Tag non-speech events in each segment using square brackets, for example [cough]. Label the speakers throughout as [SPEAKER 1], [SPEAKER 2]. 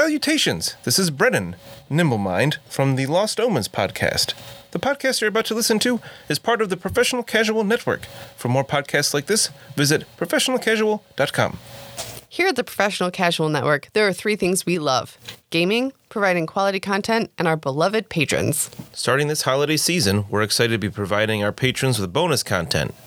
[SPEAKER 1] Salutations! This is Brennan, Nimblemind, from the Lost Omens podcast. The podcast you're about to listen to is part of the Professional Casual Network. For more podcasts like this, visit professionalcasual.com.
[SPEAKER 2] Here at the Professional Casual Network, there are three things we love gaming, providing quality content, and our beloved patrons.
[SPEAKER 1] Starting this holiday season, we're excited to be providing our patrons with bonus content,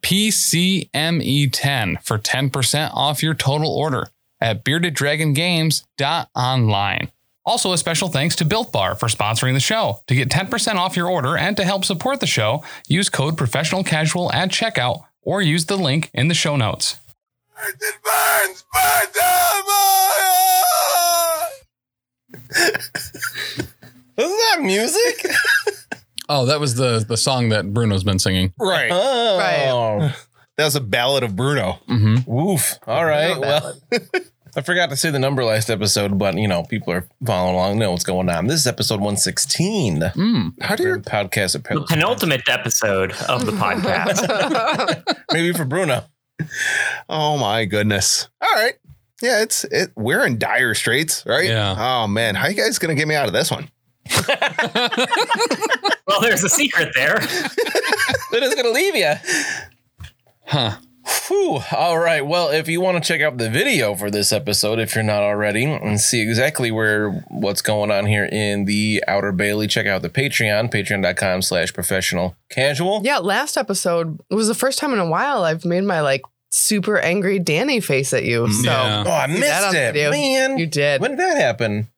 [SPEAKER 3] PCME10 E for 10% off your total order at beardeddragongames.online. Also, a special thanks to Built Bar for sponsoring the show. To get 10% off your order and to help support the show, use code professional casual at checkout or use the link in the show notes.
[SPEAKER 4] It burns, burns, oh
[SPEAKER 1] [laughs] Isn't that music?
[SPEAKER 3] Oh, that was the, the song that Bruno's been singing.
[SPEAKER 1] right. Oh. [laughs] That was a ballad of Bruno.
[SPEAKER 3] Mhm.
[SPEAKER 1] Woof. All right.
[SPEAKER 2] Bruno
[SPEAKER 1] Well, [laughs] I forgot to say the number last episode, but you know, people are following along, know what's going on. This is episode 116.
[SPEAKER 3] Mm.
[SPEAKER 1] How do your podcast
[SPEAKER 5] the
[SPEAKER 1] appearance?
[SPEAKER 5] penultimate episode of the podcast.
[SPEAKER 1] Maybe for [laughs] Bruno.
[SPEAKER 4] Oh my goodness. All right. Yeah, it's it we're in dire straits, right?
[SPEAKER 3] Yeah.
[SPEAKER 4] Oh man, how you guys gonna get me out of this one?
[SPEAKER 5] well, there's a secret there.
[SPEAKER 1] That is going to leave you.
[SPEAKER 3] Huh.
[SPEAKER 1] Whew. All right. Well, if you want to check out the video for this episode, if you're not already, and see exactly where what's going on here in the Outer Bailey, check out the Patreon, patreon.com slash professional casual.
[SPEAKER 2] yeah, last episode was the first time in a while I've made my like super angry Danny face at you. So
[SPEAKER 3] Mm, Yeah.
[SPEAKER 1] Oh, I
[SPEAKER 2] See that on
[SPEAKER 1] missed it.
[SPEAKER 2] video.
[SPEAKER 1] Man.
[SPEAKER 2] you did.
[SPEAKER 1] When did that happen?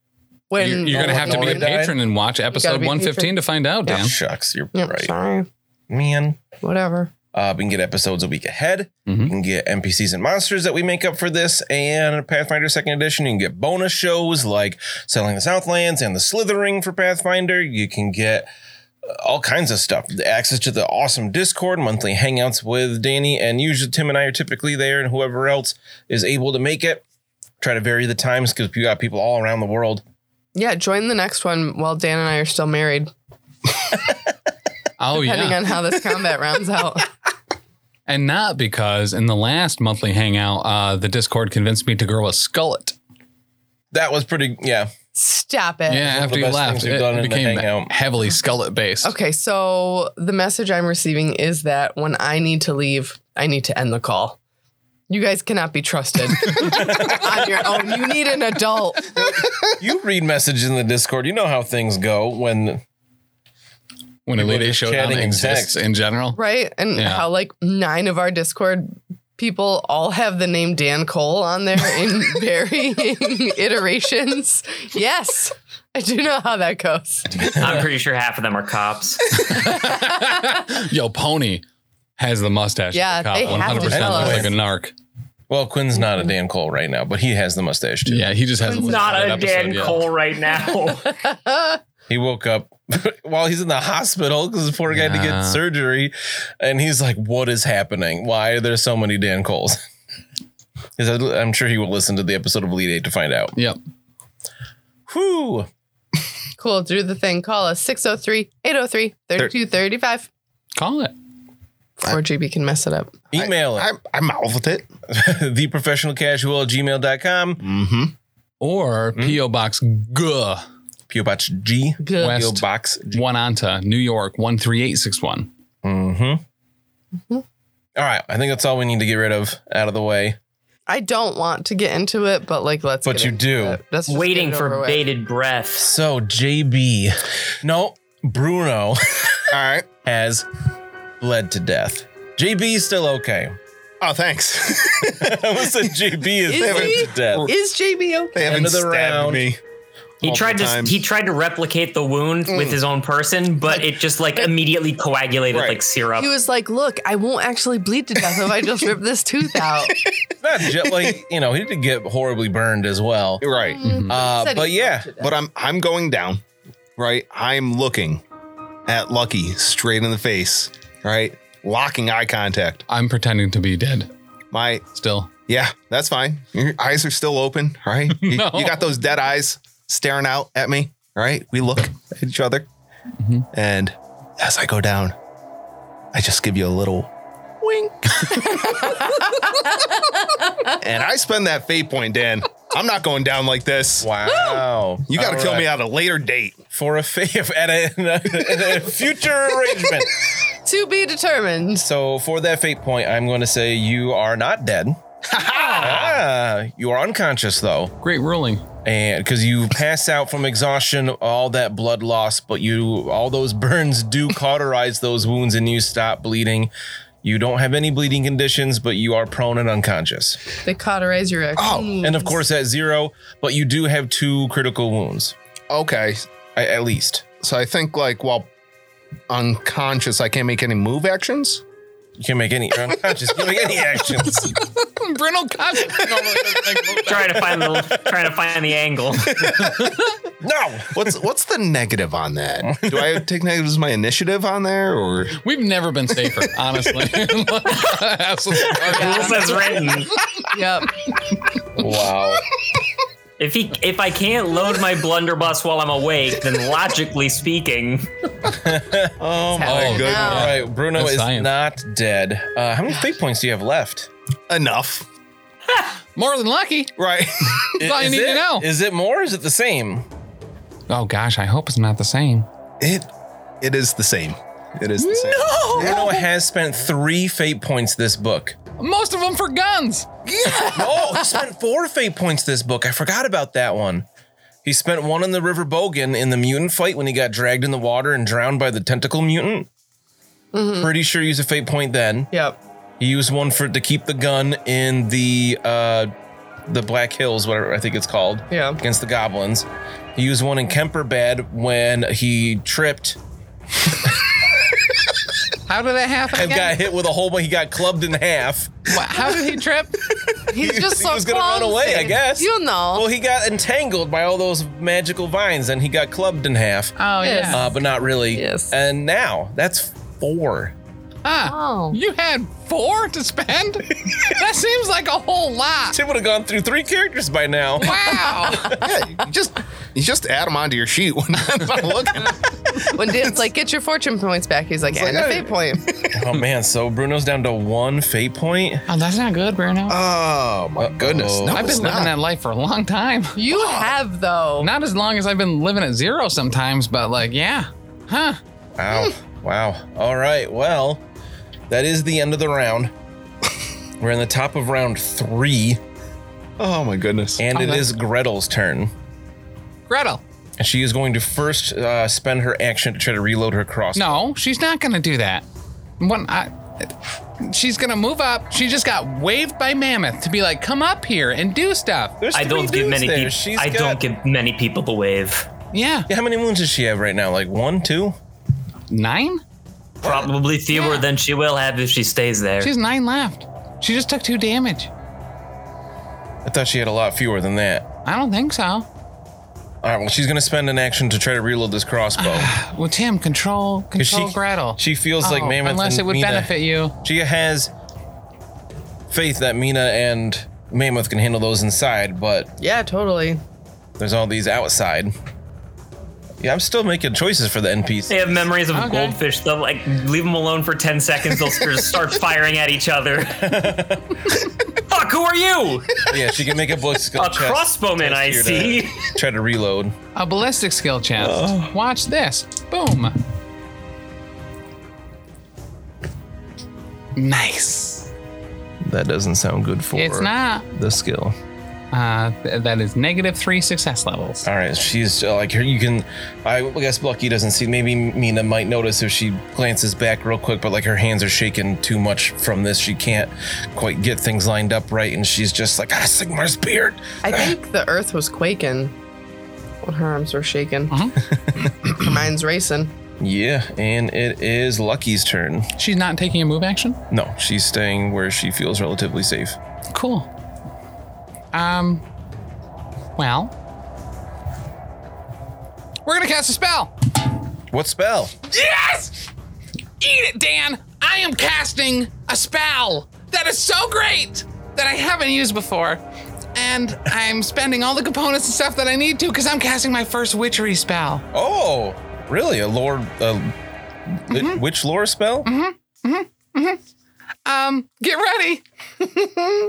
[SPEAKER 2] When
[SPEAKER 3] You're, you're going to
[SPEAKER 1] Oh,
[SPEAKER 3] have to be
[SPEAKER 1] Laura
[SPEAKER 3] a
[SPEAKER 1] died?
[SPEAKER 3] patron and watch
[SPEAKER 2] gotta
[SPEAKER 3] episode
[SPEAKER 2] be a
[SPEAKER 3] 115 to find out, Dan.
[SPEAKER 1] Shucks, you're
[SPEAKER 2] Yeah,
[SPEAKER 1] right.
[SPEAKER 2] Sorry.
[SPEAKER 1] Man.
[SPEAKER 2] Whatever.
[SPEAKER 1] Uh, we can get episodes a week ahead.
[SPEAKER 3] Mhm.
[SPEAKER 2] Mm-hmm.
[SPEAKER 1] You can get NPCs and monsters that we make up for this, and Pathfinder Second Edition. You can get bonus shows like Selling the Southlands and the Slithering for Pathfinder. You can get uh, all kinds of stuff. The access to the awesome Discord, monthly hangouts with Danny, and usually Tim and I are typically there, and whoever else is able to make it. Try to vary the times because you got people all around the world.
[SPEAKER 2] Yeah, join the next one while Dan and I are still married,
[SPEAKER 3] Oh, yeah.
[SPEAKER 2] depending on how
[SPEAKER 3] [laughs]
[SPEAKER 2] this combat rounds out.
[SPEAKER 3] And not because in the last monthly hangout, uh, the Discord convinced me to grow a skullet.
[SPEAKER 1] That was pretty, yeah.
[SPEAKER 2] Stop it.
[SPEAKER 3] Yeah,
[SPEAKER 1] of the
[SPEAKER 3] after you
[SPEAKER 1] best
[SPEAKER 3] left,
[SPEAKER 1] things we've
[SPEAKER 3] it
[SPEAKER 1] done in the
[SPEAKER 3] became
[SPEAKER 1] hangout.
[SPEAKER 3] heavily skullet based.
[SPEAKER 2] Okay, so the message I'm receiving is that when I need to leave, I need to end the call. You guys cannot be trusted on your own. You need an adult.
[SPEAKER 1] You read messages in the Discord. You know how things go when
[SPEAKER 3] When
[SPEAKER 1] People
[SPEAKER 3] Elite
[SPEAKER 1] just
[SPEAKER 3] Showdown
[SPEAKER 1] chatting in
[SPEAKER 3] exists
[SPEAKER 1] text.
[SPEAKER 3] in general.
[SPEAKER 2] right? And
[SPEAKER 3] Yeah.
[SPEAKER 2] how like nine of our Discord people all have the name Dan Cole on there in varying iterations. Yes, I do know how that goes.
[SPEAKER 5] I'm pretty sure half of them are [laughs] cops.
[SPEAKER 3] Yo, Pony has the mustache. of a
[SPEAKER 2] Yeah,
[SPEAKER 3] cop,
[SPEAKER 2] they have to
[SPEAKER 3] 100%
[SPEAKER 2] tell
[SPEAKER 3] looks
[SPEAKER 1] us.
[SPEAKER 3] like a narc.
[SPEAKER 1] Well, Quinn's not a Dan Cole right now, but he has the mustache too.
[SPEAKER 3] Yeah, he just hasn't
[SPEAKER 5] It's
[SPEAKER 3] listened to
[SPEAKER 5] not
[SPEAKER 3] that
[SPEAKER 5] a
[SPEAKER 3] episode
[SPEAKER 5] Dan
[SPEAKER 3] yet.
[SPEAKER 5] Cole right now.
[SPEAKER 1] He woke up [laughs] while he's in the hospital because the poor guy had to get
[SPEAKER 3] Yeah.
[SPEAKER 1] surgery, and he's like, "What is happening? Why are there so many Dan Coles?" 'Cause I- I'm sure [laughs] he will listen to the episode of Elite Eight to find out.
[SPEAKER 3] Yep.
[SPEAKER 1] Whew.
[SPEAKER 2] Cool, do the thing. Call us 603-803-3235.
[SPEAKER 3] Call it.
[SPEAKER 2] Before GB can mess it up.
[SPEAKER 1] Email
[SPEAKER 4] I, I mouthed it.
[SPEAKER 1] it [laughs] theprofessionalcasual at gmail.com.
[SPEAKER 4] Mm-hmm.
[SPEAKER 3] Or P.O. Box G,
[SPEAKER 1] P.O. Box G.
[SPEAKER 2] Good.
[SPEAKER 3] West.
[SPEAKER 1] P.O. Box G.
[SPEAKER 3] Juananta, New York, 13861.
[SPEAKER 1] Mm-hmm. All right. I think that's all we need to get rid of out of the way.
[SPEAKER 2] I don't want to get into it, but like let's
[SPEAKER 1] But
[SPEAKER 2] get
[SPEAKER 1] you
[SPEAKER 2] into
[SPEAKER 1] do.
[SPEAKER 2] it. Let's just
[SPEAKER 5] Waiting
[SPEAKER 2] get it over
[SPEAKER 5] for
[SPEAKER 2] with.
[SPEAKER 5] bated breath.
[SPEAKER 1] So, JB. No, Bruno. [laughs]
[SPEAKER 4] All right.
[SPEAKER 1] has bled to death. JB's still okay. [laughs]
[SPEAKER 4] Oh, thanks. [laughs]
[SPEAKER 1] Almost said JB is
[SPEAKER 2] Is
[SPEAKER 1] put
[SPEAKER 2] he?
[SPEAKER 1] to death.
[SPEAKER 2] Is JB okay?
[SPEAKER 4] They haven't
[SPEAKER 1] of the
[SPEAKER 4] stabbed
[SPEAKER 1] round.
[SPEAKER 4] me.
[SPEAKER 5] He
[SPEAKER 4] multiple
[SPEAKER 5] tried to
[SPEAKER 4] times.
[SPEAKER 5] he tried to replicate the wound with his own person, but it just like immediately coagulated
[SPEAKER 1] Right.
[SPEAKER 5] like syrup.
[SPEAKER 2] He was like, "Look, I won't actually bleed to death if I just rip this tooth out."
[SPEAKER 1] Not just like you know, he did get horribly burned as well. [laughs]
[SPEAKER 4] Right.
[SPEAKER 1] Uh,
[SPEAKER 2] Said he
[SPEAKER 1] but yeah,
[SPEAKER 2] bled to death.
[SPEAKER 4] But I'm I'm going down. Right. I'm looking at Lucky straight in the face. Right. Locking eye contact.
[SPEAKER 3] I'm pretending to be dead
[SPEAKER 4] My
[SPEAKER 3] still.
[SPEAKER 4] yeah, that's fine. Your eyes are still open, right? You,
[SPEAKER 3] No.
[SPEAKER 4] you got those dead eyes staring out at me. Right. We look at each other. And as I go down, I just give you a little wink. and I spend that fate point, Dan. I'm not going down like this.
[SPEAKER 1] wow,
[SPEAKER 4] You got to
[SPEAKER 1] All
[SPEAKER 4] kill me
[SPEAKER 1] right.
[SPEAKER 4] at a later date.
[SPEAKER 1] for a fa- [laughs] at a, a future arrangement.
[SPEAKER 2] to be determined.
[SPEAKER 1] So for that fate point, I'm going to say you are not dead. ah, you are unconscious though,
[SPEAKER 3] Great ruling.
[SPEAKER 1] and because you pass out from exhaustion, all that blood loss, but you all those [laughs] burns do cauterize those wounds, and you stop bleeding. You don't have any bleeding conditions, but you are prone and unconscious.
[SPEAKER 2] They cauterize your actual
[SPEAKER 1] [laughs]
[SPEAKER 4] Oh,
[SPEAKER 1] And of course, at zero, but you do have two critical wounds,
[SPEAKER 4] Okay.
[SPEAKER 1] a- at least.
[SPEAKER 4] So I think like while unconscious, I can't make any move actions.
[SPEAKER 1] You can't make any, [laughs] you're unconscious, you can't make any
[SPEAKER 3] [laughs]
[SPEAKER 1] actions.
[SPEAKER 3] Bruno Costa.
[SPEAKER 5] trying to find the trying to find the angle.
[SPEAKER 1] No!
[SPEAKER 4] What's what's the negative on that? Do I take negative as my initiative on there or
[SPEAKER 3] We've never been safer, [laughs] honestly. Absolutely.
[SPEAKER 5] Rules as written.
[SPEAKER 2] Yep.
[SPEAKER 1] Wow.
[SPEAKER 5] If he if I can't load my blunderbuss while I'm awake, then logically speaking,
[SPEAKER 4] Oh
[SPEAKER 2] happening
[SPEAKER 3] goodness.
[SPEAKER 2] now.
[SPEAKER 1] All right, Bruno
[SPEAKER 3] That's
[SPEAKER 1] is
[SPEAKER 3] science.
[SPEAKER 1] not dead. Uh, how many fate points do you have left?
[SPEAKER 4] enough.
[SPEAKER 3] More than lucky.
[SPEAKER 4] Right. [laughs]
[SPEAKER 1] That's
[SPEAKER 3] all you need
[SPEAKER 1] it,
[SPEAKER 3] to know.
[SPEAKER 1] Is it more? Or is it the same?
[SPEAKER 3] Oh gosh, I hope it's not the same.
[SPEAKER 4] it it is the same. It is the same.
[SPEAKER 1] Bruno has spent three fate points this book.
[SPEAKER 3] Most of them for guns.
[SPEAKER 1] Oh, he spent four fate points this book. I forgot about that one. He spent one in the River Bogan in the mutant fight when he got dragged in the water and drowned by the tentacle mutant. Pretty sure he used a fate point then.
[SPEAKER 2] Yep.
[SPEAKER 1] He used one for to keep the gun in the uh the Black Hills, whatever I think it's called.
[SPEAKER 2] Yeah.
[SPEAKER 1] Against the goblins. He used one in Kemperbad when he tripped
[SPEAKER 3] How did that happen?
[SPEAKER 1] and got
[SPEAKER 3] Again?
[SPEAKER 1] hit with a whole bunch. He got clubbed in half.
[SPEAKER 3] Wha- How did he trip?
[SPEAKER 2] He's just
[SPEAKER 1] he
[SPEAKER 2] so
[SPEAKER 1] was gonna run
[SPEAKER 2] clumsy.
[SPEAKER 1] away, I guess.
[SPEAKER 2] You'll know.
[SPEAKER 1] Well, he got entangled by all those magical vines and he got clubbed in half.
[SPEAKER 3] [laughs] Oh
[SPEAKER 2] Yes.
[SPEAKER 3] yeah.
[SPEAKER 1] Uh, but not really.
[SPEAKER 2] Yes.
[SPEAKER 1] And now that's four.
[SPEAKER 3] Ah,
[SPEAKER 2] oh.
[SPEAKER 3] you had four to spend. that seems like a whole lot.
[SPEAKER 1] Tim would have gone through three characters by now.
[SPEAKER 3] Wow.
[SPEAKER 4] Yeah, you just you just add them onto your sheet [laughs] when I'm not looking.
[SPEAKER 1] [laughs]
[SPEAKER 2] When Dan's like, get your fortune points back, he's like, and
[SPEAKER 4] like,
[SPEAKER 2] a
[SPEAKER 4] I-
[SPEAKER 1] [laughs]
[SPEAKER 2] fate point.
[SPEAKER 1] oh man, so Bruno's down to one fate point.
[SPEAKER 3] [laughs] Oh, that's not good, Bruno.
[SPEAKER 4] Oh my goodness.
[SPEAKER 1] Uh-oh.
[SPEAKER 4] No,
[SPEAKER 3] I've
[SPEAKER 4] it's
[SPEAKER 3] been living
[SPEAKER 4] not.
[SPEAKER 3] that life for a long time.
[SPEAKER 2] You have, though.
[SPEAKER 3] Not as long as I've been living at zero sometimes, but like, yeah. Huh.
[SPEAKER 1] Wow. Wow. All right. Well, that is the end of the round. We're in the top of round three,
[SPEAKER 4] Oh my goodness.
[SPEAKER 1] and it
[SPEAKER 3] Okay.
[SPEAKER 1] is Gretel's turn.
[SPEAKER 3] Gretel.
[SPEAKER 1] And she is going to first uh, spend her action to try to reload her crossbow.
[SPEAKER 3] No, she's not gonna do that. When I She's gonna move up. She just got waved by Mammoth to be like, come up here and do stuff.
[SPEAKER 1] There's
[SPEAKER 5] I
[SPEAKER 1] three
[SPEAKER 5] don't give
[SPEAKER 1] dudes
[SPEAKER 5] many
[SPEAKER 1] there.
[SPEAKER 5] people.
[SPEAKER 1] She's
[SPEAKER 5] I
[SPEAKER 1] got-
[SPEAKER 5] don't give many people the wave.
[SPEAKER 3] Yeah.
[SPEAKER 1] Yeah, how many wounds does she have right now? Like one, two?
[SPEAKER 3] Nine?
[SPEAKER 5] Probably fewer
[SPEAKER 3] Yeah.
[SPEAKER 5] than she will have if she stays there.
[SPEAKER 3] She has nine left. She just took two damage.
[SPEAKER 1] I thought she had a lot fewer than that.
[SPEAKER 3] I don't think so.
[SPEAKER 1] All right. Well, she's going to spend an action to try to reload this crossbow. [laughs]
[SPEAKER 3] Well, Tim, control, control
[SPEAKER 1] she-
[SPEAKER 3] Gretel.
[SPEAKER 1] she feels like Mammoth
[SPEAKER 3] Oh, Unless
[SPEAKER 1] and
[SPEAKER 3] it would
[SPEAKER 1] Mina-
[SPEAKER 3] benefit you.
[SPEAKER 1] She has faith that Mina and Mammoth can handle those inside, but
[SPEAKER 2] yeah, totally.
[SPEAKER 1] There's all these outside. Yeah, I'm still making choices for the NPC.
[SPEAKER 5] they have memories of
[SPEAKER 3] Okay.
[SPEAKER 5] goldfish. They'll like leave them alone for ten seconds. They'll
[SPEAKER 3] [laughs]
[SPEAKER 5] just start firing at each other. Fuck! Who are you?
[SPEAKER 1] yeah, she can make a ballistic
[SPEAKER 5] A
[SPEAKER 1] chest.
[SPEAKER 5] crossbowman, I
[SPEAKER 1] here to-
[SPEAKER 5] [laughs] see.
[SPEAKER 1] Try to reload.
[SPEAKER 3] A ballistic skill chest. Watch this. Boom. Nice.
[SPEAKER 1] That doesn't sound good for
[SPEAKER 3] It's not.
[SPEAKER 1] the skill.
[SPEAKER 3] Uh, th- that is negative three success levels.
[SPEAKER 1] All right, she's uh, like her. You can, I guess Lucky doesn't see. Maybe Mina might notice if she glances back real quick, but like her hands are shaking too much from this. She can't quite get things lined up right, and she's just like, ah, Sigmar's beard. [clears throat]
[SPEAKER 2] I think the earth was quaking when her arms were shaking. her mind's racing.
[SPEAKER 1] Yeah, and it is Lucky's turn.
[SPEAKER 3] She's not taking a move action.
[SPEAKER 1] No, she's staying where she feels relatively safe.
[SPEAKER 3] Cool. Um. Well, we're gonna cast a spell.
[SPEAKER 1] What spell?
[SPEAKER 3] Yes! Eat it, Dan! I am casting a spell that is so great that I haven't used before. And I'm spending all the components and stuff that I need to because I'm casting my first witchery spell.
[SPEAKER 1] Oh, really? A lore, a li- witch lore spell?
[SPEAKER 3] Um, get ready.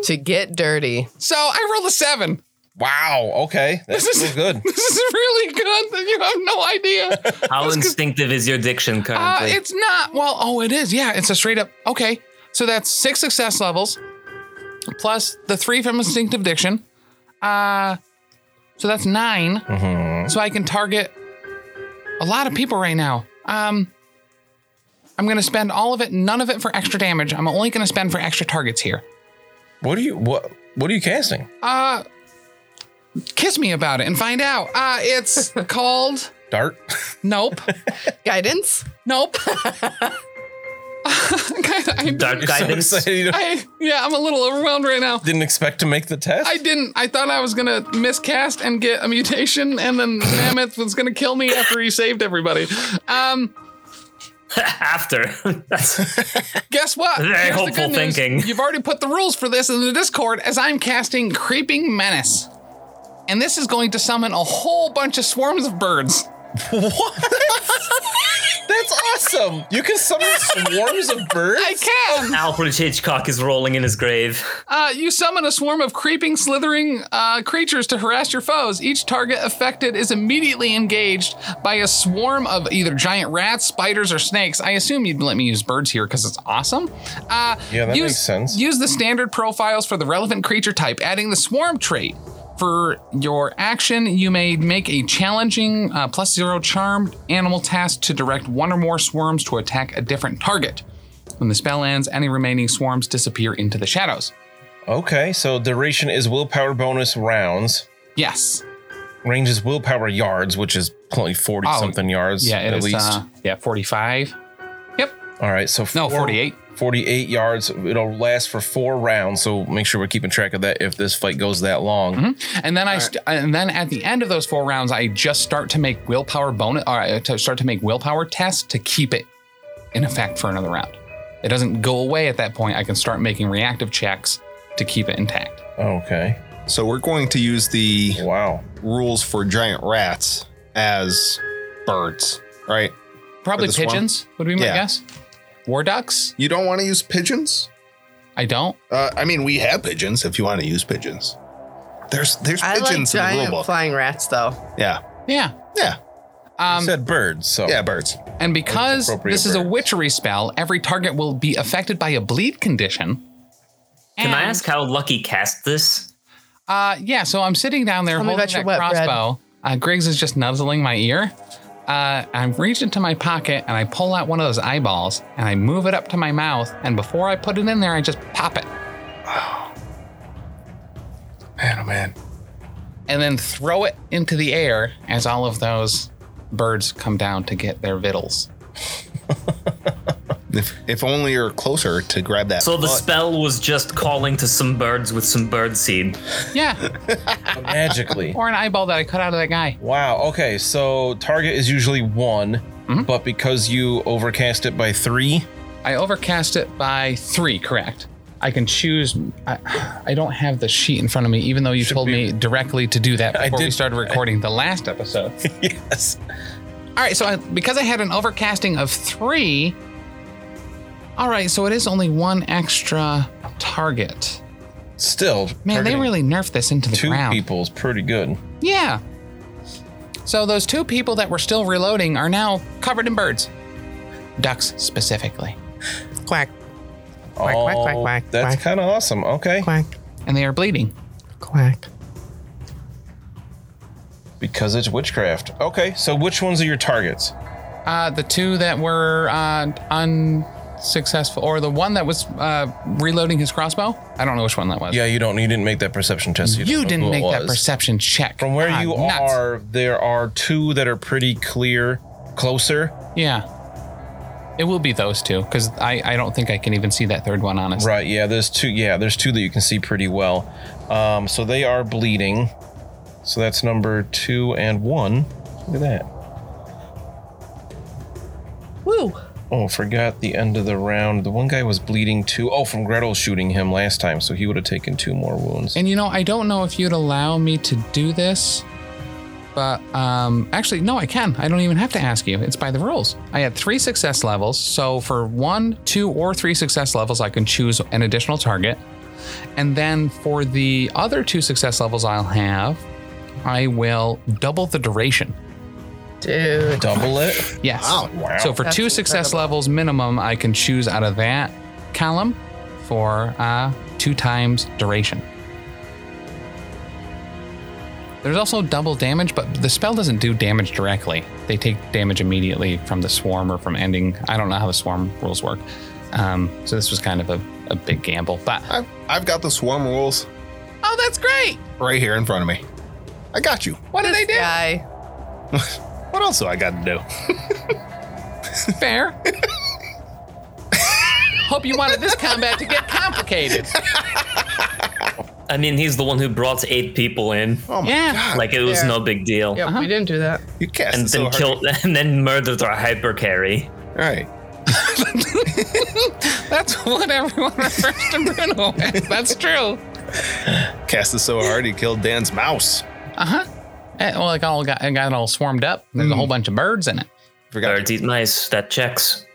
[SPEAKER 2] To get dirty.
[SPEAKER 3] So I rolled a seven. [laughs]
[SPEAKER 1] Wow. Okay, that's
[SPEAKER 3] This is-
[SPEAKER 1] real good.
[SPEAKER 3] This is really good. You have no idea.
[SPEAKER 5] How instinctive is your diction
[SPEAKER 3] Uh,
[SPEAKER 5] currently?
[SPEAKER 3] it's not. Well, oh, it is. Yeah, it's a straight up. Okay, so that's six success levels, plus the three from instinctive diction. Uh, so that's 9 So I can target a lot of people right now. Um, I'm gonna spend all of it, none of it for extra damage. I'm only gonna spend for extra targets here.
[SPEAKER 1] What are you? What? What are you casting?
[SPEAKER 3] Kiss me about it and find out. Uh, it's called.
[SPEAKER 1] Dart.
[SPEAKER 3] Nope.
[SPEAKER 2] Guidance?
[SPEAKER 3] Nope. [laughs] I,
[SPEAKER 1] [laughs]
[SPEAKER 5] Dark guidance.
[SPEAKER 1] So excited you don't-
[SPEAKER 3] I, yeah, I'm a little overwhelmed right now.
[SPEAKER 1] didn't expect to make the test.
[SPEAKER 3] I didn't. I thought I was gonna miscast and get a mutation, and then Mammoth was gonna kill me after he saved everybody. Um,
[SPEAKER 5] [laughs] After. [laughs] That's-
[SPEAKER 3] [laughs] guess what?
[SPEAKER 5] Very
[SPEAKER 3] Here's the
[SPEAKER 5] hopeful
[SPEAKER 3] good news.
[SPEAKER 5] thinking.
[SPEAKER 3] You've already put the rules for this in the Discord as I'm casting Creeping Menace, and this is going to summon a whole bunch of swarms of birds.
[SPEAKER 1] That's awesome. You can
[SPEAKER 3] [laughs]
[SPEAKER 1] summon swarms of birds.
[SPEAKER 3] I can.
[SPEAKER 5] Alfred Hitchcock is rolling in his grave.
[SPEAKER 3] Uh, you summon a swarm of creeping, slithering uh, creatures to harass your foes. Each target affected is immediately engaged by a swarm of either giant rats, spiders, or snakes. I assume you'd let me use birds here because it's awesome. Uh,
[SPEAKER 1] Yeah, that
[SPEAKER 3] use,
[SPEAKER 1] makes sense.
[SPEAKER 3] Use the standard profiles for the relevant creature type, adding the swarm trait. For your action, you may make a challenging uh, plus zero charmed animal task to direct one or more swarms to attack a different target. When the spell ends, any remaining swarms disappear into the shadows.
[SPEAKER 1] okay, so duration is willpower bonus rounds.
[SPEAKER 3] Yes.
[SPEAKER 1] Range is willpower yards, which is only 40
[SPEAKER 3] Oh,
[SPEAKER 1] something yards
[SPEAKER 3] Yeah, it
[SPEAKER 1] at
[SPEAKER 3] is,
[SPEAKER 1] least.
[SPEAKER 3] uh, yeah, 45. Yep.
[SPEAKER 1] All right, so
[SPEAKER 3] No,
[SPEAKER 1] four-
[SPEAKER 3] 48.
[SPEAKER 1] 48 yards. It'll last for four rounds, so make sure we're keeping track of that if this fight goes that long.
[SPEAKER 3] And then I st- and then at the end of those four rounds, I just start to make willpower bonus or uh, to start to make willpower tests to keep it in effect for another round. It doesn't go away at that point. I can start making reactive checks to keep it intact.
[SPEAKER 1] Okay.
[SPEAKER 4] So we're going to use the
[SPEAKER 1] Wow.
[SPEAKER 4] rules for giant rats as birds, right?
[SPEAKER 3] Probably
[SPEAKER 4] the swarm?
[SPEAKER 3] pigeons would be my
[SPEAKER 4] Yeah.
[SPEAKER 3] guess. War ducks?
[SPEAKER 4] You don't want to use pigeons?
[SPEAKER 3] I don't.
[SPEAKER 4] Uh, I mean, we have pigeons if you want to use pigeons. There's there's
[SPEAKER 2] I like
[SPEAKER 4] pigeons in the
[SPEAKER 2] giant
[SPEAKER 4] rule book.
[SPEAKER 2] flying rats, though.
[SPEAKER 4] yeah,
[SPEAKER 3] Yeah.
[SPEAKER 4] yeah,
[SPEAKER 3] Um,
[SPEAKER 1] you said birds,
[SPEAKER 5] Oh.
[SPEAKER 1] so
[SPEAKER 4] yeah, birds.
[SPEAKER 3] And because
[SPEAKER 1] appropriate
[SPEAKER 3] this is a
[SPEAKER 1] words.
[SPEAKER 3] witchery spell, every target will be affected by a bleed condition.
[SPEAKER 5] Can I
[SPEAKER 3] And-
[SPEAKER 5] ask how Lucky cast this?
[SPEAKER 3] Uh, yeah, so I'm sitting down there
[SPEAKER 2] Tell me
[SPEAKER 3] holding
[SPEAKER 2] about your
[SPEAKER 3] that
[SPEAKER 2] wet bread.
[SPEAKER 3] crossbow. Uh, Griggs is just nuzzling my ear. Uh, I reach into my pocket and I pull out one of those eyeballs and I move it up to my mouth. And before I put it in there, I just pop it
[SPEAKER 4] [sighs] Man, oh man.
[SPEAKER 3] and then throw it into the air as all of those birds come down to get their victuals.
[SPEAKER 4] If if only you're closer to grab that.
[SPEAKER 5] So the
[SPEAKER 4] bud.
[SPEAKER 5] spell was just calling to some birds with some bird seed.
[SPEAKER 3] Yeah, [laughs]
[SPEAKER 1] magically.
[SPEAKER 3] or an eyeball that I cut out of that guy.
[SPEAKER 1] Wow. Okay. So target is usually one,
[SPEAKER 3] Mm-hmm.
[SPEAKER 1] but because you overcast it by three, [laughs]
[SPEAKER 3] I overcast it by three, correct? I can choose. I, I don't have the sheet in front of me, even though you told me directly to do that
[SPEAKER 1] I
[SPEAKER 3] before we
[SPEAKER 1] did-
[SPEAKER 3] started recording the
[SPEAKER 1] [laughs]
[SPEAKER 3] last episode.
[SPEAKER 1] yes.
[SPEAKER 3] All right, so I, because I had an overcasting of three, all right, so it is only one extra target.
[SPEAKER 1] Still,
[SPEAKER 3] Man, they
[SPEAKER 1] targeting
[SPEAKER 3] really nerfed this into the
[SPEAKER 1] two
[SPEAKER 3] ground.
[SPEAKER 1] people is pretty good.
[SPEAKER 3] Yeah. So those two people that were still reloading are now covered in birds, ducks specifically,
[SPEAKER 2] Quack,
[SPEAKER 1] oh,
[SPEAKER 2] quack, quack, quack,
[SPEAKER 1] that's
[SPEAKER 2] quack.
[SPEAKER 1] kind of awesome. Okay.
[SPEAKER 2] quack,
[SPEAKER 3] and they are bleeding.
[SPEAKER 2] quack.
[SPEAKER 1] because it's witchcraft. Okay, so which ones are your targets?
[SPEAKER 3] Uh, the two that were uh, unsuccessful, or the one that was uh, reloading his crossbow. I don't know which one that was.
[SPEAKER 1] Yeah, you don't. You didn't make that perception test. so don't
[SPEAKER 3] You
[SPEAKER 1] know
[SPEAKER 3] didn't
[SPEAKER 1] who it
[SPEAKER 3] make that
[SPEAKER 1] was.
[SPEAKER 3] perception check.
[SPEAKER 1] From where
[SPEAKER 3] Ah,
[SPEAKER 1] you
[SPEAKER 3] nuts.
[SPEAKER 1] are, there are two that are pretty clear, closer.
[SPEAKER 3] Yeah. It will be those two, because I, I don't think I can even see that third one, honestly.
[SPEAKER 1] Right. Yeah. There's two. Yeah. There's two that you can see pretty well. Um, so they are bleeding. So that's number two and one. Look at that.
[SPEAKER 2] Woo.
[SPEAKER 1] Oh, forgot the end of the round. The one guy was bleeding too. Oh, from Gretel shooting him last time, so he would have taken two more wounds.
[SPEAKER 3] And you know, I don't know if you'd allow me to do this, but um, actually, no, I can. I don't even have to ask you. It's by the rules. I had three success levels, so for one, two, or three success levels, I can choose an additional target. And then for the other two success levels I'll have, I will double the duration.
[SPEAKER 2] Dude.
[SPEAKER 1] Double it.
[SPEAKER 3] Yes.
[SPEAKER 1] Wow.
[SPEAKER 3] So for
[SPEAKER 2] That's
[SPEAKER 3] two success
[SPEAKER 2] incredible.
[SPEAKER 3] levels minimum, I can choose out of that column for uh, two times duration. There's also double damage, but the spell doesn't do damage directly. They take damage immediately from the swarm or from ending. I don't know how the swarm rules work. Um, so this was kind of a, a big gamble. But
[SPEAKER 4] I've, I've got the swarm rules
[SPEAKER 3] oh, that's great!
[SPEAKER 4] right here in front of me. I got you.
[SPEAKER 3] What did
[SPEAKER 2] This
[SPEAKER 3] they do?
[SPEAKER 2] guy.
[SPEAKER 4] What else do I got to do?
[SPEAKER 3] Fair. [laughs] Hope you wanted this combat to get complicated.
[SPEAKER 5] I mean, he's the one who brought eight people in.
[SPEAKER 4] Oh my
[SPEAKER 3] Yeah.
[SPEAKER 4] god!
[SPEAKER 5] Like it was
[SPEAKER 2] Yeah.
[SPEAKER 5] no big deal.
[SPEAKER 2] Yep,
[SPEAKER 1] Uh-huh.
[SPEAKER 2] we didn't do that.
[SPEAKER 4] you cast
[SPEAKER 5] And
[SPEAKER 4] it so
[SPEAKER 5] then
[SPEAKER 4] hard.
[SPEAKER 5] killed [laughs] and then murdered our hyper carry.
[SPEAKER 4] All right.
[SPEAKER 3] That's [laughs] what everyone refers to Bruno as. That's true.
[SPEAKER 4] Cast it so hard he killed Dan's mouse.
[SPEAKER 3] Eh, Well, it all got, it got all swarmed up. There's a whole bunch of birds in it.
[SPEAKER 4] Forgot
[SPEAKER 5] Birds
[SPEAKER 4] to,
[SPEAKER 5] eat mice, that checks.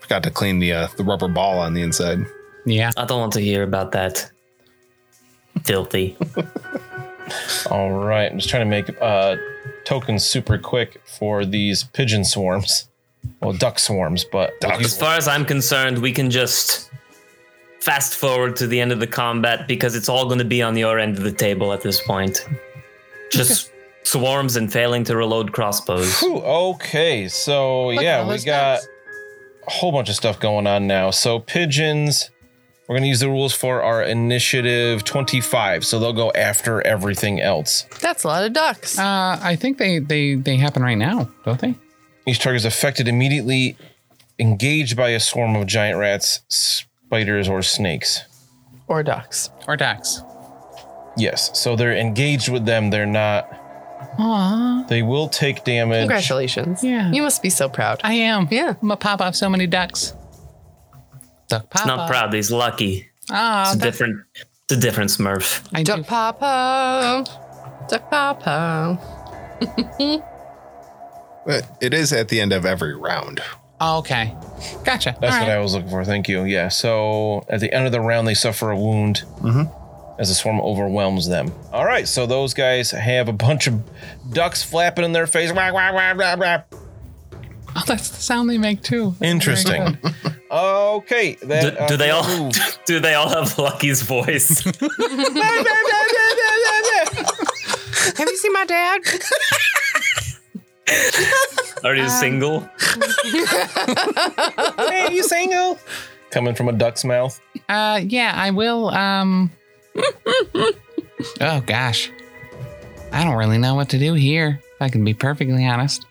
[SPEAKER 4] forgot to clean the uh, the rubber ball on the inside.
[SPEAKER 3] Yeah.
[SPEAKER 5] I don't want to hear about that. Filthy.
[SPEAKER 1] All right. I'm just trying to make uh, tokens super quick for these pigeon swarms. Well, duck swarms, but
[SPEAKER 5] as far as I'm concerned, we can just fast forward to the end of the combat because it's all going to be on your end of the table at this point. Just swarms and failing to reload crossbows.
[SPEAKER 1] Whew, okay. So
[SPEAKER 2] at
[SPEAKER 1] yeah,
[SPEAKER 2] all
[SPEAKER 1] we
[SPEAKER 2] those
[SPEAKER 1] got
[SPEAKER 2] dice.
[SPEAKER 1] a whole bunch of stuff going on now. So pigeons. We're gonna use the rules for our initiative 25, so they'll go after everything else.
[SPEAKER 2] That's a lot of ducks.
[SPEAKER 3] Uh, I think they, they, they happen right now, don't they?
[SPEAKER 1] Each target is affected immediately, engaged by a swarm of giant rats, spiders, or snakes. Uh-huh.
[SPEAKER 2] or ducks.
[SPEAKER 3] Or ducks.
[SPEAKER 1] Yes, so they're engaged with them. They're not.
[SPEAKER 3] Aw.
[SPEAKER 1] They will take damage.
[SPEAKER 2] Congratulations.
[SPEAKER 3] Yeah.
[SPEAKER 2] You must be so proud.
[SPEAKER 3] I am.
[SPEAKER 2] Yeah.
[SPEAKER 3] I'm going to pop off so many ducks. Duck pop
[SPEAKER 5] Not proud, he's lucky.
[SPEAKER 3] Ah,
[SPEAKER 5] It's a different, it's a different Smurf.
[SPEAKER 3] I do.
[SPEAKER 2] Duck Papa. Duck Papa.
[SPEAKER 4] But it is at the end of every round.
[SPEAKER 3] okay. Gotcha.
[SPEAKER 1] That's
[SPEAKER 3] All
[SPEAKER 1] what I
[SPEAKER 3] right.
[SPEAKER 1] was looking for. Thank you. Yeah. So at the end of the round, they suffer a wound as the swarm overwhelms them. All right. So those guys have a bunch of ducks flapping in their face. Wah, wah, wah, wah, wah.
[SPEAKER 3] oh, that's the sound they make, too.
[SPEAKER 1] Interesting. [laughs] Okay.
[SPEAKER 5] Do,
[SPEAKER 1] That,
[SPEAKER 5] do
[SPEAKER 1] uh,
[SPEAKER 5] they all? [laughs] Do they all have Lucky's
[SPEAKER 1] [laughs]
[SPEAKER 5] voice?
[SPEAKER 2] Have you seen my dad? [laughs]
[SPEAKER 5] Are you single?
[SPEAKER 1] hey, you single? Coming from a duck's mouth.
[SPEAKER 3] Uh, yeah, I will. Um. [laughs] oh gosh, I don't really know what to do here. If I can be perfectly honest.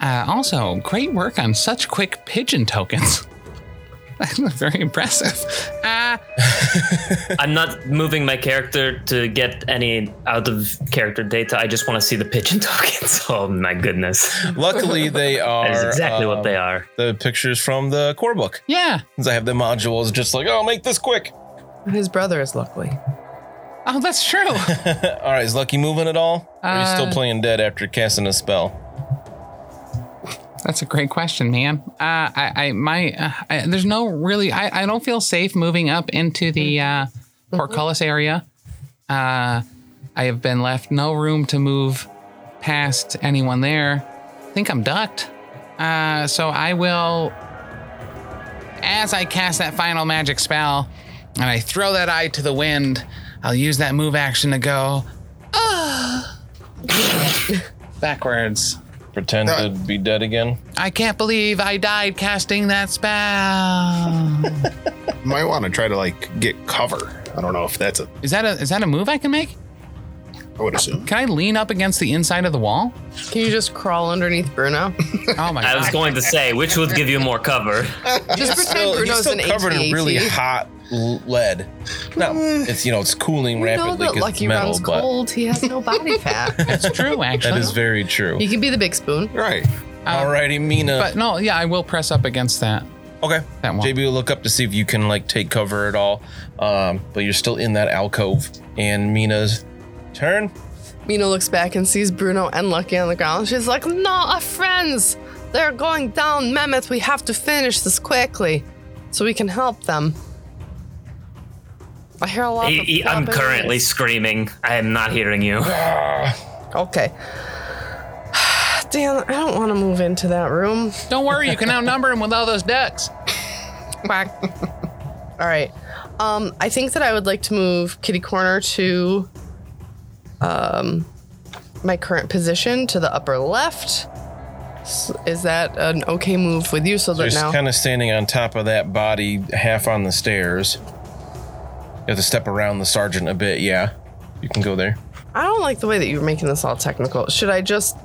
[SPEAKER 3] Uh, also, great work on such quick pigeon tokens. [laughs] That's very impressive. Uh,
[SPEAKER 5] I'm not moving my character to get any out of character data. I just want to see the pigeon [laughs] tokens. Oh my goodness,
[SPEAKER 2] [laughs]
[SPEAKER 1] Luckily, they are.
[SPEAKER 5] that is exactly what they
[SPEAKER 1] um,
[SPEAKER 5] are.
[SPEAKER 1] The pictures from the core book.
[SPEAKER 3] yeah.
[SPEAKER 1] Since I have the modules, just like, oh, make this quick.
[SPEAKER 2] His brother is luckily.
[SPEAKER 3] Oh, that's true.
[SPEAKER 1] All right, is Lucky moving at all? Or are you still
[SPEAKER 3] Uh,
[SPEAKER 1] playing dead after casting a spell?
[SPEAKER 3] That's a great question, man. Uh, I, I, my, uh, I, there's no really. I, I don't feel safe moving up into the uh, portcullis area. Uh, I have been left no room to move past anyone there. I think I'm ducked. Uh, so I will, as I cast that final magic spell, and I throw that eye to the wind. I'll use that move action to go. "Ah." [laughs] Backwards.
[SPEAKER 1] Pretend
[SPEAKER 4] Uh,
[SPEAKER 1] to be dead again.
[SPEAKER 3] I can't believe I died casting that spell.
[SPEAKER 4] Might want to try to like get cover. I don't know if that's a.
[SPEAKER 3] [laughs] is that a is that a move I can make?
[SPEAKER 4] I would assume.
[SPEAKER 3] Can I lean up against the inside of the wall?
[SPEAKER 2] Can you just crawl
[SPEAKER 1] [laughs]
[SPEAKER 2] underneath Bruno?
[SPEAKER 3] Oh [laughs] my
[SPEAKER 5] I was
[SPEAKER 3] god.
[SPEAKER 5] going to say, which would give you more cover?
[SPEAKER 2] Just pretend
[SPEAKER 1] Well,
[SPEAKER 2] Bruno's
[SPEAKER 1] he's still
[SPEAKER 2] an
[SPEAKER 1] covered in really
[SPEAKER 2] HVAC.
[SPEAKER 1] hot l- lead. No, it's you know it's cooling
[SPEAKER 2] Uh, You know
[SPEAKER 1] rapidly
[SPEAKER 2] that
[SPEAKER 1] because it's
[SPEAKER 2] Lucky
[SPEAKER 1] metal,
[SPEAKER 2] Round's
[SPEAKER 1] but
[SPEAKER 2] cold. He has
[SPEAKER 1] [laughs]
[SPEAKER 2] no body fat.
[SPEAKER 3] That's [laughs] true, actually.
[SPEAKER 1] that is very true.
[SPEAKER 2] you can be the big spoon.
[SPEAKER 4] Right.
[SPEAKER 2] Uh,
[SPEAKER 1] Alrighty, Mina.
[SPEAKER 3] But no, yeah, I will press up against that.
[SPEAKER 1] okay,
[SPEAKER 3] That won't-
[SPEAKER 1] JB will look up to see if you can like take cover at all. Um, but you're still in that alcove, and Mina's turn.
[SPEAKER 2] Mina looks back and sees Bruno and Lucky on the ground. She's like, No, our friends! They're going down Mammoth. We have to finish this quickly so we can help them. I hear a lot
[SPEAKER 5] E-
[SPEAKER 2] of.
[SPEAKER 5] e- I'm
[SPEAKER 2] flopping
[SPEAKER 5] currently
[SPEAKER 2] noise.
[SPEAKER 5] screaming. I am not hearing you.
[SPEAKER 2] Okay. [sighs] Dan, I don't want to move into that room.
[SPEAKER 3] Don't worry, you can outnumber him with all those ducks.
[SPEAKER 2] Quack. All right. Um, I think that I would like to move Kitty Corner to um, my current position to the upper left. S- Is that an okay move with you? So that
[SPEAKER 1] Just
[SPEAKER 2] now,
[SPEAKER 1] kind of standing on top of that body, half on the stairs. You have to step around the sergeant a bit. Yeah, you can go there.
[SPEAKER 2] I don't like the way that you're making this all technical. Should I just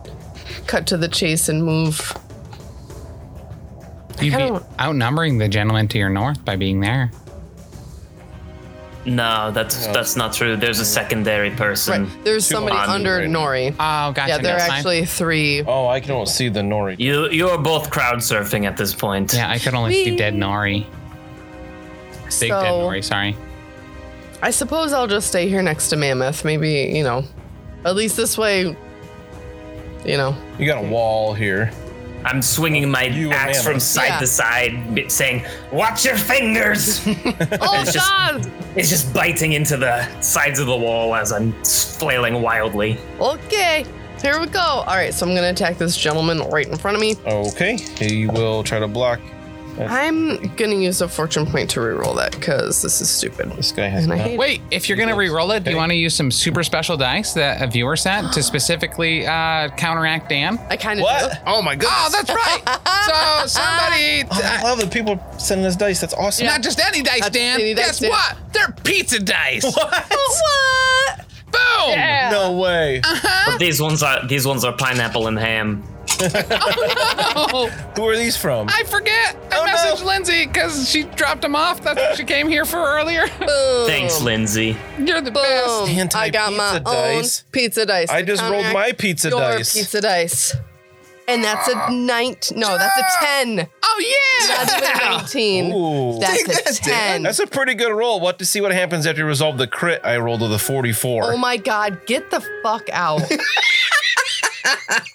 [SPEAKER 2] cut to the chase and move?
[SPEAKER 3] You'd
[SPEAKER 2] I
[SPEAKER 3] be
[SPEAKER 2] don't-
[SPEAKER 3] outnumbering the gentleman to your north by being there.
[SPEAKER 5] No, that's that's not true. There's a secondary person.
[SPEAKER 2] Right. There's somebody
[SPEAKER 5] on me
[SPEAKER 2] under
[SPEAKER 1] right now.
[SPEAKER 2] Nori.
[SPEAKER 3] Oh, gotcha.
[SPEAKER 2] yeah, there are
[SPEAKER 3] next time.
[SPEAKER 2] actually three.
[SPEAKER 1] Oh, I can almost see the nori.
[SPEAKER 5] You you are both crowd surfing at this point.
[SPEAKER 3] Yeah, I could only see dead Nori. Big dead
[SPEAKER 2] so
[SPEAKER 3] Nori, sorry.
[SPEAKER 2] I suppose I'll just stay here next to Mammoth. Maybe you know, at least this way. You know,
[SPEAKER 1] You got a wall here.
[SPEAKER 5] I'm swinging my
[SPEAKER 1] You and
[SPEAKER 5] axe from
[SPEAKER 1] Mammoth.
[SPEAKER 5] side
[SPEAKER 2] Yeah.
[SPEAKER 5] to side, bi- saying, "Watch
[SPEAKER 1] [laughs]
[SPEAKER 5] your fingers!"
[SPEAKER 2] Oh
[SPEAKER 5] It's just-
[SPEAKER 2] God!
[SPEAKER 5] it's just biting into the sides of the wall as I'm flailing wildly.
[SPEAKER 2] Okay, here we go. All right, so I'm gonna attack this gentleman right in front of me.
[SPEAKER 1] Okay, he will try to block.
[SPEAKER 2] I'm gonna use a fortune point to reroll that because this is stupid.
[SPEAKER 1] This guy has
[SPEAKER 2] And I
[SPEAKER 1] not
[SPEAKER 2] hate it.
[SPEAKER 3] Wait, if you're gonna re-roll it, do you want to use some super special dice that a viewer sent to specifically uh, counteract Dan?
[SPEAKER 2] I kind of
[SPEAKER 1] What?
[SPEAKER 4] Oh my goodness.
[SPEAKER 3] Oh, that's right. so somebody,
[SPEAKER 2] Oh,
[SPEAKER 3] uh,
[SPEAKER 1] I love that people sending us dice. That's awesome.
[SPEAKER 3] not just any dice, Dan.
[SPEAKER 2] any dice,
[SPEAKER 3] Guess
[SPEAKER 2] Dan.
[SPEAKER 3] what? They're pizza
[SPEAKER 1] [laughs]
[SPEAKER 3] dice.
[SPEAKER 2] What?
[SPEAKER 3] Boom.
[SPEAKER 1] No way.
[SPEAKER 5] But these ones are these ones are pineapple and ham.
[SPEAKER 1] Who are these from?
[SPEAKER 3] [laughs] I forget. I
[SPEAKER 1] Oh, no.
[SPEAKER 3] messaged Lindsay because she dropped him off. That's what she came here for earlier. [laughs]
[SPEAKER 2] Boom.
[SPEAKER 5] Thanks, Lindsay.
[SPEAKER 3] You're the best.
[SPEAKER 2] Boom. I got
[SPEAKER 1] Anti-pizza
[SPEAKER 2] my
[SPEAKER 1] dice.
[SPEAKER 2] own pizza dice.
[SPEAKER 1] I just rolled
[SPEAKER 2] Counteract
[SPEAKER 1] my pizza
[SPEAKER 2] your
[SPEAKER 1] dice.
[SPEAKER 2] Pizza dice. And that's a nine. No, that's a
[SPEAKER 3] [laughs]
[SPEAKER 2] ten.
[SPEAKER 3] Oh yeah.
[SPEAKER 2] That's a nineteen.
[SPEAKER 1] Ooh.
[SPEAKER 2] That's
[SPEAKER 4] Take that,
[SPEAKER 2] a
[SPEAKER 4] Dan.
[SPEAKER 2] ten.
[SPEAKER 1] That's a pretty good roll. What to see what happens after you resolve the crit I rolled with a 44.
[SPEAKER 2] Oh my god, get the fuck
[SPEAKER 1] [laughs]
[SPEAKER 2] out.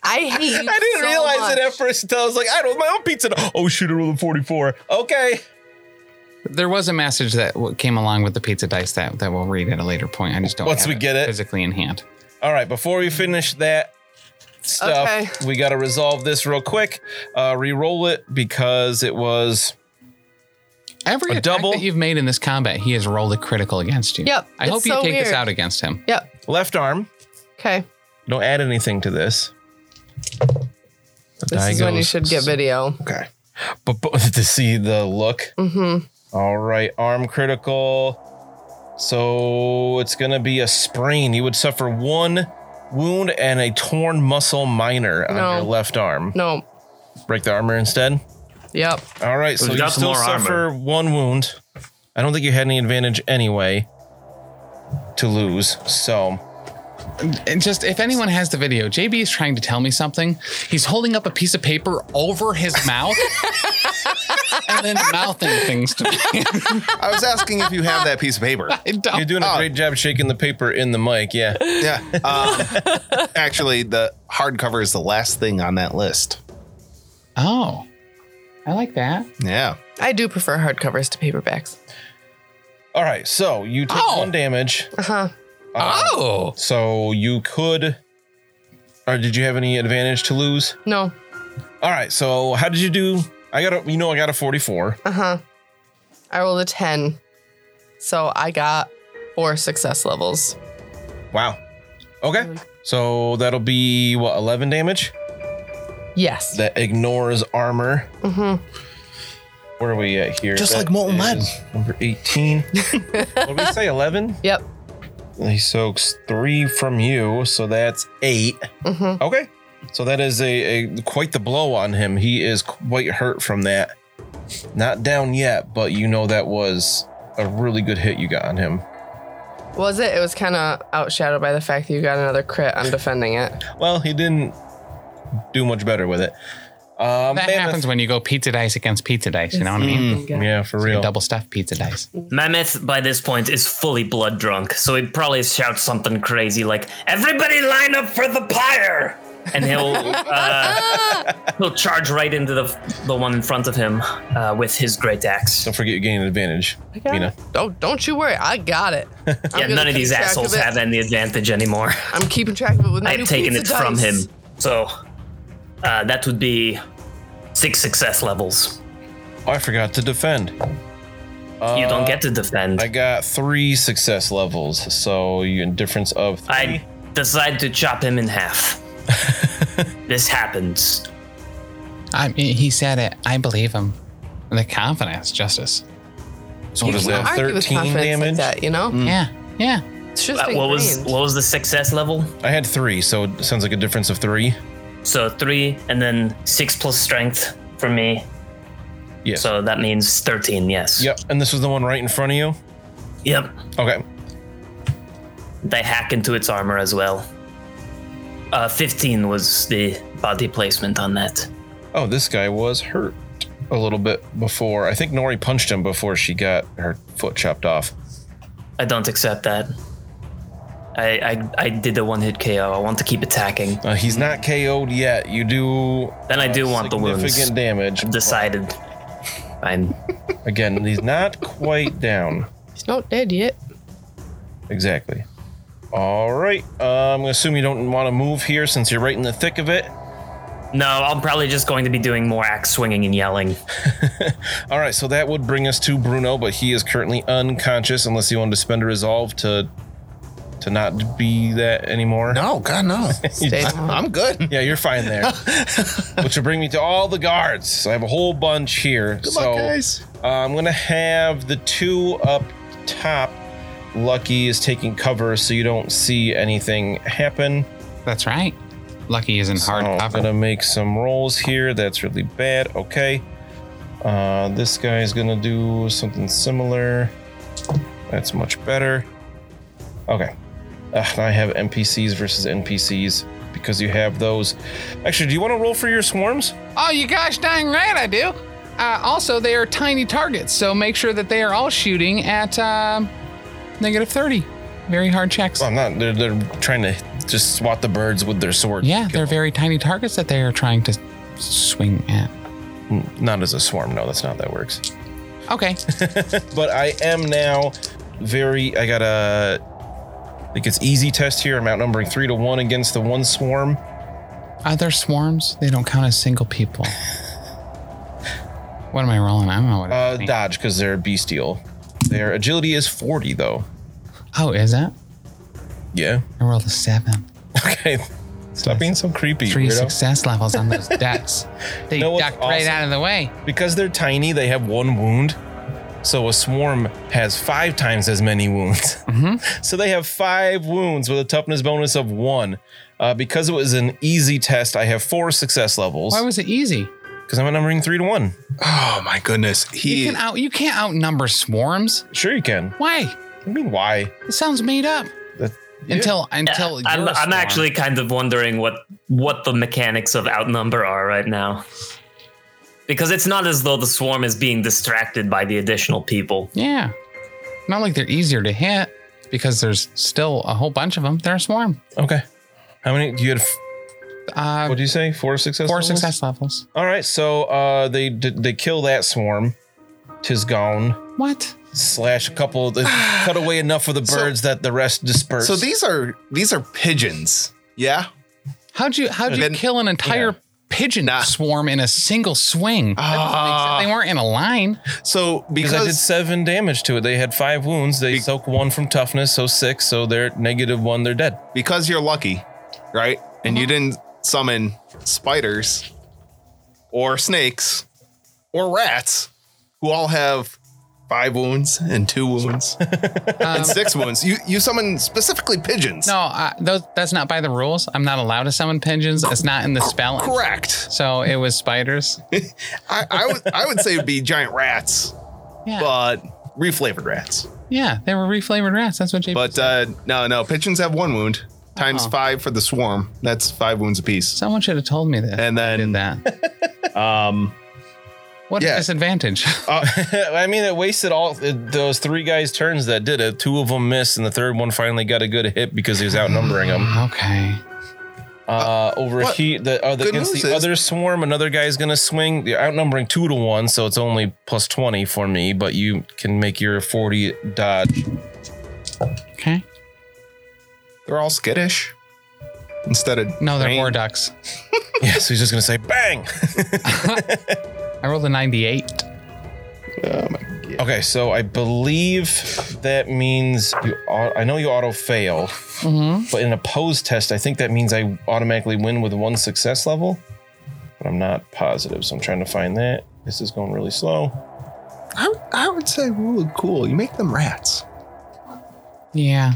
[SPEAKER 2] I hate you.
[SPEAKER 1] I didn't
[SPEAKER 2] so
[SPEAKER 1] realize
[SPEAKER 2] much.
[SPEAKER 1] it at first until I was like, I rolled my own pizza. di- Oh shoot, I rolled a 44. Okay.
[SPEAKER 3] There was a message that w- came along with the pizza dice that, that we'll read at a later point. I just don't
[SPEAKER 1] Once
[SPEAKER 3] have
[SPEAKER 1] we get it.
[SPEAKER 3] physically in hand.
[SPEAKER 1] All right, before we finish that stuff,
[SPEAKER 2] Okay.
[SPEAKER 1] we got to resolve this real quick. Uh, re-roll it because it was
[SPEAKER 3] Every
[SPEAKER 1] A
[SPEAKER 3] attack
[SPEAKER 1] double?
[SPEAKER 3] that you've made in this combat, he has rolled a critical against you.
[SPEAKER 2] Yep,
[SPEAKER 3] I
[SPEAKER 2] it's
[SPEAKER 3] hope you
[SPEAKER 2] so
[SPEAKER 3] take this
[SPEAKER 2] weird.
[SPEAKER 3] out against him.
[SPEAKER 2] Yep.
[SPEAKER 1] left arm.
[SPEAKER 2] Okay.
[SPEAKER 1] Don't add anything to this.
[SPEAKER 2] This is when you should get video.
[SPEAKER 1] Okay. But, [laughs] but to see the look. Mm-hmm. right, arm critical. So it's gonna be a sprain. You would suffer one wound and a torn muscle minor on
[SPEAKER 2] No.
[SPEAKER 1] your left arm.
[SPEAKER 2] No.
[SPEAKER 1] Break the armor instead.
[SPEAKER 2] Yep.
[SPEAKER 1] All right, so
[SPEAKER 5] We've
[SPEAKER 1] you
[SPEAKER 5] got some
[SPEAKER 1] still
[SPEAKER 5] more armor.
[SPEAKER 1] suffer one wound. I don't think you had any advantage anyway to lose. So
[SPEAKER 3] And just if anyone has the video, JB is trying to tell me something. He's holding up a piece of paper over his mouth [laughs] and then mouthing things to me. [laughs]
[SPEAKER 4] I was asking if you have that piece of paper.
[SPEAKER 3] I don't-
[SPEAKER 1] you're doing a
[SPEAKER 4] Oh.
[SPEAKER 1] great job shaking the paper in the mic. Yeah.
[SPEAKER 4] Yeah. Um, actually, the hardcover is the last thing on that list.
[SPEAKER 3] oh, I like that.
[SPEAKER 4] Yeah.
[SPEAKER 2] I do prefer hardcovers to paperbacks.
[SPEAKER 1] All right, so you take
[SPEAKER 3] Oh.
[SPEAKER 1] one damage.
[SPEAKER 3] Oh,
[SPEAKER 1] So you could, or did you have any advantage to lose?
[SPEAKER 2] No.
[SPEAKER 1] All right. So how did you do? I got a, you know, I got a forty-four.
[SPEAKER 2] I rolled a 10. So I got four success levels.
[SPEAKER 1] Wow. Okay. So that'll be what, 11 damage?
[SPEAKER 2] Yes.
[SPEAKER 1] That ignores armor. Where are we at here?
[SPEAKER 4] Just like molten lead.
[SPEAKER 1] is Number 18. what did we say, 11?
[SPEAKER 2] yep.
[SPEAKER 1] He soaks three from you, so that's 8
[SPEAKER 2] Mm-hmm.
[SPEAKER 1] Okay. So that is a, a quite the blow on him. He is quite hurt from that. Not down yet, but you know that was a really good hit you got on him.
[SPEAKER 2] Was it? It was kind of outshadowed by the fact that you got another crit on defending it.
[SPEAKER 1] Well, he didn't do much better with it. Um,
[SPEAKER 3] That
[SPEAKER 1] Mammoth-
[SPEAKER 3] happens when you go pizza dice against pizza dice. You know what I mean?
[SPEAKER 1] Yeah, for real.
[SPEAKER 3] Double stuffed pizza dice.
[SPEAKER 5] Mammoth, by this point, is fully blood drunk, so he probably shouts something crazy like, "Everybody, line up for the pyre!" And he'll
[SPEAKER 2] [laughs]
[SPEAKER 5] uh, he'll charge right into the the one in front of him uh, with his great axe.
[SPEAKER 1] Don't forget you gain an advantage,
[SPEAKER 2] got
[SPEAKER 1] Mina.
[SPEAKER 2] it. Oh, don't you worry. I got
[SPEAKER 5] [laughs]
[SPEAKER 2] it. I'm
[SPEAKER 5] Yeah,
[SPEAKER 2] gonna
[SPEAKER 5] none of
[SPEAKER 2] keep
[SPEAKER 5] these
[SPEAKER 2] track
[SPEAKER 5] assholes
[SPEAKER 2] of it.
[SPEAKER 5] have any advantage anymore.
[SPEAKER 2] I'm keeping track of it with my
[SPEAKER 5] I have
[SPEAKER 2] new
[SPEAKER 5] taken it
[SPEAKER 2] pizza
[SPEAKER 5] from him,
[SPEAKER 2] dice.
[SPEAKER 5] so uh, that would be six success levels.
[SPEAKER 1] Oh, I forgot to defend.
[SPEAKER 5] you
[SPEAKER 1] Uh,
[SPEAKER 5] don't get to defend.
[SPEAKER 1] I got three success levels, so you a difference of three.
[SPEAKER 5] I decide to chop him
[SPEAKER 1] [laughs]
[SPEAKER 5] in half. this happens.
[SPEAKER 3] I mean, he said it. I believe him. The confidence, justice.
[SPEAKER 1] so what is that?
[SPEAKER 2] Argue with
[SPEAKER 1] Thirteen
[SPEAKER 2] confidence
[SPEAKER 1] damage.
[SPEAKER 2] Like that, you know,
[SPEAKER 3] Yeah. Yeah.
[SPEAKER 2] it's just
[SPEAKER 5] Uh, Mm. what was
[SPEAKER 2] ingrained.
[SPEAKER 5] what was the success level?
[SPEAKER 1] I had three, so it sounds like a difference of three.
[SPEAKER 5] So three, and then six plus strength for me.
[SPEAKER 1] Yes.
[SPEAKER 5] So that means thirteen. Yes.
[SPEAKER 1] Yep. And this was the one right in front of you.
[SPEAKER 5] Yep.
[SPEAKER 1] Okay.
[SPEAKER 5] They hack into its armor as well. Uh, fifteen was the body placement on that.
[SPEAKER 1] Oh, this guy was hurt a little bit before. I think Nori punched him before she got her foot chopped off.
[SPEAKER 5] I don't accept that. I I, I did the one hit KO. I want to keep attacking.
[SPEAKER 1] Uh, he's not KO'd yet. You do
[SPEAKER 5] Then I do want the wounds.
[SPEAKER 1] significant damage.
[SPEAKER 5] Decided. I'm.
[SPEAKER 1] Again, he's not quite down.
[SPEAKER 2] He's not dead yet.
[SPEAKER 1] Exactly. All right. Uh, I'm going to assume you don't want to move here since you're right in the thick of it.
[SPEAKER 5] No, I'm probably just going to be doing more axe swinging and yelling.
[SPEAKER 1] All right. So that would bring us to Bruno, but he is currently unconscious unless you wanted to spend a resolve to to not be that anymore.
[SPEAKER 4] No, God, no.
[SPEAKER 2] Stay down.
[SPEAKER 4] I'm
[SPEAKER 3] [laughs]
[SPEAKER 4] good.
[SPEAKER 1] Yeah, you're fine
[SPEAKER 4] [laughs]
[SPEAKER 1] there. Which will bring me to all the guards. So I have a whole bunch here.
[SPEAKER 4] Good
[SPEAKER 1] so
[SPEAKER 4] luck, guys.
[SPEAKER 1] Uh, I'm gonna have the two up top. Lucky is taking cover, so you don't see anything happen.
[SPEAKER 3] That's right. Lucky isn't hard
[SPEAKER 1] So I'm
[SPEAKER 3] cover.
[SPEAKER 1] gonna make some rolls here. That's really bad. Okay. Uh, this guy is gonna do something similar. That's much better. Okay. Ugh, now I have NPCs versus NPCs because you have those. Actually, do you want to roll for your swarms?
[SPEAKER 3] Oh, you gosh dang right I do. Uh, also, they are tiny targets, so make sure that they are all shooting at um, negative 30. Very hard checks.
[SPEAKER 1] I'm not. They're, they're trying to just swat the birds with their swords.
[SPEAKER 3] yeah, they're very tiny targets that they are trying to swing at.
[SPEAKER 1] Not as a swarm. No, that's not how that works. [laughs]
[SPEAKER 3] Okay.
[SPEAKER 1] but I am now very. I got a. I think it's easy test here. I'm outnumbering three to one against the one swarm.
[SPEAKER 3] Other swarms, they don't count as single people. what am I rolling? I don't know what I'm
[SPEAKER 1] Uh,
[SPEAKER 3] rolling.
[SPEAKER 1] dodge because they're bestial. Their agility is 40 though.
[SPEAKER 3] Oh, is that?
[SPEAKER 1] Yeah. [laughs]
[SPEAKER 3] I rolled a seven.
[SPEAKER 1] Okay. Stop being so creepy,
[SPEAKER 3] Three
[SPEAKER 1] weirdo.
[SPEAKER 3] success levels
[SPEAKER 1] [laughs]
[SPEAKER 3] on those decks. They
[SPEAKER 1] know what's
[SPEAKER 3] ducked right
[SPEAKER 1] awesome?
[SPEAKER 3] out of the way.
[SPEAKER 1] Because they're tiny, they have one wound. So a swarm has five times as many wounds. [laughs]
[SPEAKER 3] Mm-hmm.
[SPEAKER 1] So they have five wounds with a toughness bonus of one. Uh, because it was an easy test, I have four success levels.
[SPEAKER 3] Why was it easy?
[SPEAKER 1] Because I'm outnumbering three to one.
[SPEAKER 4] Oh my goodness. He
[SPEAKER 3] You can out you can't outnumber swarms.
[SPEAKER 1] Sure, you can.
[SPEAKER 3] Why?
[SPEAKER 1] I mean, why?
[SPEAKER 3] It sounds made up.
[SPEAKER 1] That-
[SPEAKER 3] Until until you're
[SPEAKER 5] I'm,
[SPEAKER 3] a
[SPEAKER 5] I'm
[SPEAKER 3] swarm.
[SPEAKER 5] actually kind of wondering what what the mechanics of outnumber are right now, because it's not as though the swarm is being distracted by the additional people.
[SPEAKER 3] Yeah. Not like they're easier to hit because there's still a whole bunch of them. They're a swarm.
[SPEAKER 1] Okay. How many? You had f-
[SPEAKER 3] Uh,
[SPEAKER 1] what do you say? Four success.
[SPEAKER 3] four
[SPEAKER 1] levels?
[SPEAKER 3] success levels.
[SPEAKER 1] All right. So uh, they d- they kill that swarm. Tis gone.
[SPEAKER 3] What?
[SPEAKER 1] Slash a couple.
[SPEAKER 4] [sighs]
[SPEAKER 1] They cut away enough of the birds that the rest disperse.
[SPEAKER 4] So these are these are pigeons. Yeah.
[SPEAKER 3] How'd you how'd you
[SPEAKER 4] Then-
[SPEAKER 3] kill an entire pigeon
[SPEAKER 4] Nah.
[SPEAKER 3] swarm in a single swing? That doesn't make sense. They weren't in a line.
[SPEAKER 4] So
[SPEAKER 1] because I did
[SPEAKER 4] because
[SPEAKER 1] seven damage to it. They had five wounds. They soak one from toughness, so six. So they're negative one. They're dead. [laughs]
[SPEAKER 4] because you're lucky, right? And you didn't summon spiders or snakes or rats who all have five wounds and two wounds and six wounds. You you summon specifically pigeons.
[SPEAKER 3] No, uh, those, that's not by the rules. I'm not allowed to summon pigeons. It's not in the spelling.
[SPEAKER 4] Correct.
[SPEAKER 3] So it was spiders.
[SPEAKER 4] I, I would I would say it'd be giant rats,
[SPEAKER 3] Yeah.
[SPEAKER 4] but reflavored rats.
[SPEAKER 3] yeah, they were reflavored rats. That's what JP
[SPEAKER 4] But uh, no, no, pigeons have one wound times
[SPEAKER 3] Uh-huh.
[SPEAKER 4] five for the swarm. That's five wounds apiece.
[SPEAKER 3] Someone should have told me this.
[SPEAKER 4] And
[SPEAKER 3] Did
[SPEAKER 4] then
[SPEAKER 3] that.
[SPEAKER 4] um,
[SPEAKER 3] What
[SPEAKER 4] Yeah. Uh-huh.
[SPEAKER 3] a disadvantage. [laughs]
[SPEAKER 1] Uh, I mean, it wasted all it, those three guys' turns that did it. Two of them missed, and the third one finally got a good hit because he was outnumbering them.
[SPEAKER 3] okay.
[SPEAKER 1] Uh, over
[SPEAKER 4] what?
[SPEAKER 1] he, the, uh,
[SPEAKER 4] Good
[SPEAKER 1] against
[SPEAKER 4] news
[SPEAKER 1] the
[SPEAKER 4] is-
[SPEAKER 1] other swarm, another guy's gonna swing. They're outnumbering two to one, so it's only plus twenty for me. But you can make your forty
[SPEAKER 4] [laughs]
[SPEAKER 1] dodge.
[SPEAKER 3] Okay.
[SPEAKER 4] they're all skittish instead of
[SPEAKER 3] No, they're
[SPEAKER 4] trained.
[SPEAKER 3] war ducks.
[SPEAKER 1] yeah, so he's just gonna say bang.
[SPEAKER 3] I rolled a 98.
[SPEAKER 1] Okay, so I believe that means you. au- I know you auto fail,
[SPEAKER 4] Mm-hmm.
[SPEAKER 1] but in a pose test, I think that means I automatically win with one success level. But I'm not positive, so I'm trying to find that. This is going really slow. [laughs]
[SPEAKER 4] I, I would say rule of cool. You make them rats.
[SPEAKER 3] Yeah.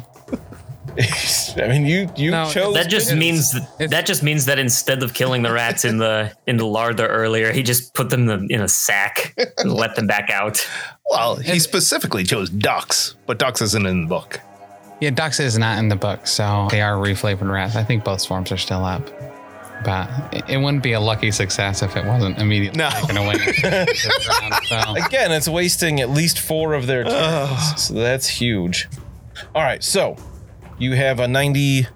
[SPEAKER 1] I mean, you you
[SPEAKER 3] No,
[SPEAKER 1] chose
[SPEAKER 5] That just means that, that just means that instead of killing the rats in the in the larder earlier, he just put them in a- in a sack and let them back out.
[SPEAKER 4] Well, he specifically chose ducks, but ducks isn't in the book.
[SPEAKER 3] Yeah, ducks is not in the book, so they are reflavored rats. I think both swarms are still up. But it- it wouldn't be a lucky success if it wasn't immediately
[SPEAKER 4] No.
[SPEAKER 3] taken
[SPEAKER 4] [laughs]
[SPEAKER 3] away. So,
[SPEAKER 1] again. It's wasting at least four of their turns, so that's huge. All right, so you have a ninety.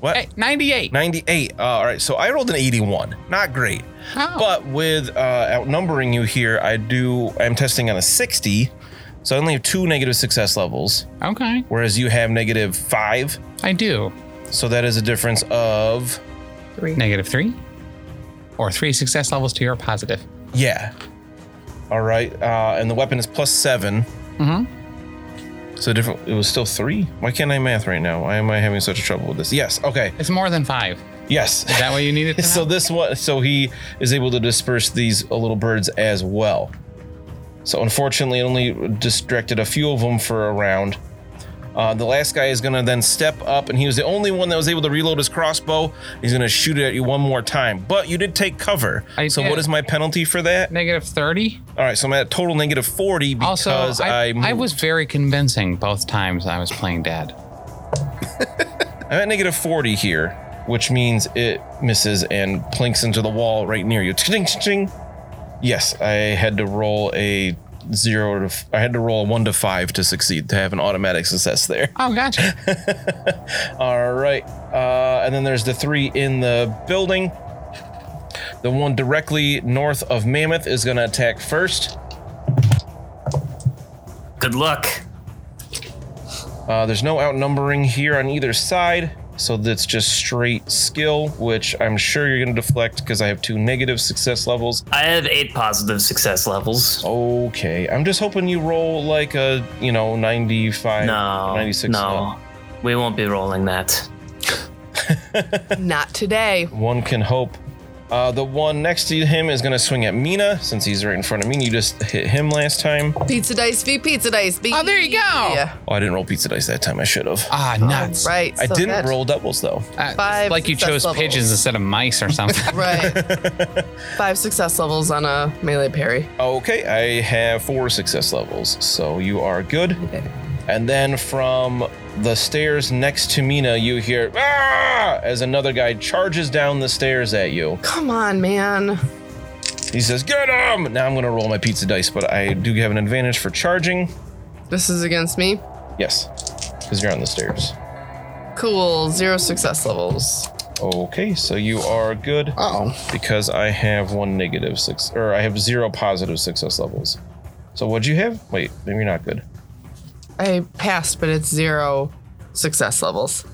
[SPEAKER 1] What?
[SPEAKER 3] hey, 98.
[SPEAKER 1] 98. Uh, all right, so I rolled an 81. Not great.
[SPEAKER 3] Oh.
[SPEAKER 1] But with uh, outnumbering you here, I do. I'm testing on a 60, so I only have two negative success levels,
[SPEAKER 3] Okay.
[SPEAKER 1] whereas you have negative five.
[SPEAKER 3] I do.
[SPEAKER 1] So that is a difference of
[SPEAKER 3] Negative three. Or three success levels to your positive.
[SPEAKER 1] yeah. All right, uh, and the weapon is plus seven.
[SPEAKER 3] Mhm. Mm-hmm.
[SPEAKER 1] So different. It was still three. Why can't I math right now? Why am I having such a trouble with this? Yes. Okay.
[SPEAKER 3] It's more than five.
[SPEAKER 1] Yes.
[SPEAKER 3] Is that what you
[SPEAKER 4] [laughs]
[SPEAKER 3] needed to
[SPEAKER 1] [laughs]
[SPEAKER 3] know?
[SPEAKER 1] so this one so he is able to disperse these little birds as well so unfortunately it only distracted a few of them for a round uh, the last guy is going to then step up and he was the only one that was able to reload his crossbow he's going to shoot it at you one more time but you did take cover
[SPEAKER 3] I
[SPEAKER 1] so
[SPEAKER 3] did.
[SPEAKER 1] what is my penalty for that
[SPEAKER 3] Negative 30.
[SPEAKER 1] all right so i'm at total negative 40 because
[SPEAKER 3] Also,
[SPEAKER 1] i,
[SPEAKER 3] I, I
[SPEAKER 1] moved.
[SPEAKER 3] was very convincing both times I was playing dead.
[SPEAKER 1] i'm at negative 40 here which means it misses and plinks into the wall right near you Ching, ching, ching. Yes, I had to roll a zero to. f- I had to roll a one to five to succeed to have an automatic success there. [laughs]
[SPEAKER 3] Oh, gotcha.
[SPEAKER 1] All right, uh, and then there's the three in the building. The one directly north of Mammoth is going to attack first.
[SPEAKER 5] Good luck.
[SPEAKER 1] Uh, there's no outnumbering here on either side, so that's just straight skill, which I'm sure you're going to deflect because I have two negative success levels.
[SPEAKER 5] I have eight positive success levels.
[SPEAKER 1] Okay, I'm just hoping you roll like a you know 95,
[SPEAKER 5] No,
[SPEAKER 1] 96.
[SPEAKER 5] no, we won't be rolling that.
[SPEAKER 2] Not today.
[SPEAKER 1] One can hope. Uh, the one next to him is going to swing at Mina since he's right in front of me. You just hit him last time.
[SPEAKER 2] Pizza dice v pizza dice. B-
[SPEAKER 3] Oh, there you go.
[SPEAKER 2] Yeah.
[SPEAKER 1] Oh, I didn't roll pizza dice that time. I should have.
[SPEAKER 3] Ah, nuts.
[SPEAKER 2] Right.
[SPEAKER 1] I
[SPEAKER 2] so
[SPEAKER 1] didn't
[SPEAKER 2] that-
[SPEAKER 1] roll doubles though.
[SPEAKER 3] Uh,
[SPEAKER 2] Five
[SPEAKER 3] like you
[SPEAKER 2] success
[SPEAKER 3] chose
[SPEAKER 2] levels.
[SPEAKER 3] pigeons instead of mice or
[SPEAKER 2] [laughs]
[SPEAKER 3] something.
[SPEAKER 2] Right.
[SPEAKER 1] [laughs]
[SPEAKER 2] Five success levels on a melee parry.
[SPEAKER 1] Okay, I have four success levels, so you are good. And then from the stairs next to Mina, you hear "Ah!" as another guy charges down the stairs at you.
[SPEAKER 2] Come on, man.
[SPEAKER 1] He says, "Get him!" Now I'm going to roll my pizza dice, but I do have an advantage for charging.
[SPEAKER 2] This is against me.
[SPEAKER 1] Yes, because you're on the stairs.
[SPEAKER 2] Cool. Zero success levels.
[SPEAKER 1] Okay, so you are good
[SPEAKER 4] Oh,
[SPEAKER 1] because I have one negative six, or I have zero positive success levels. So what'd you have? Wait, maybe you're not good.
[SPEAKER 2] I passed, but it's zero success levels.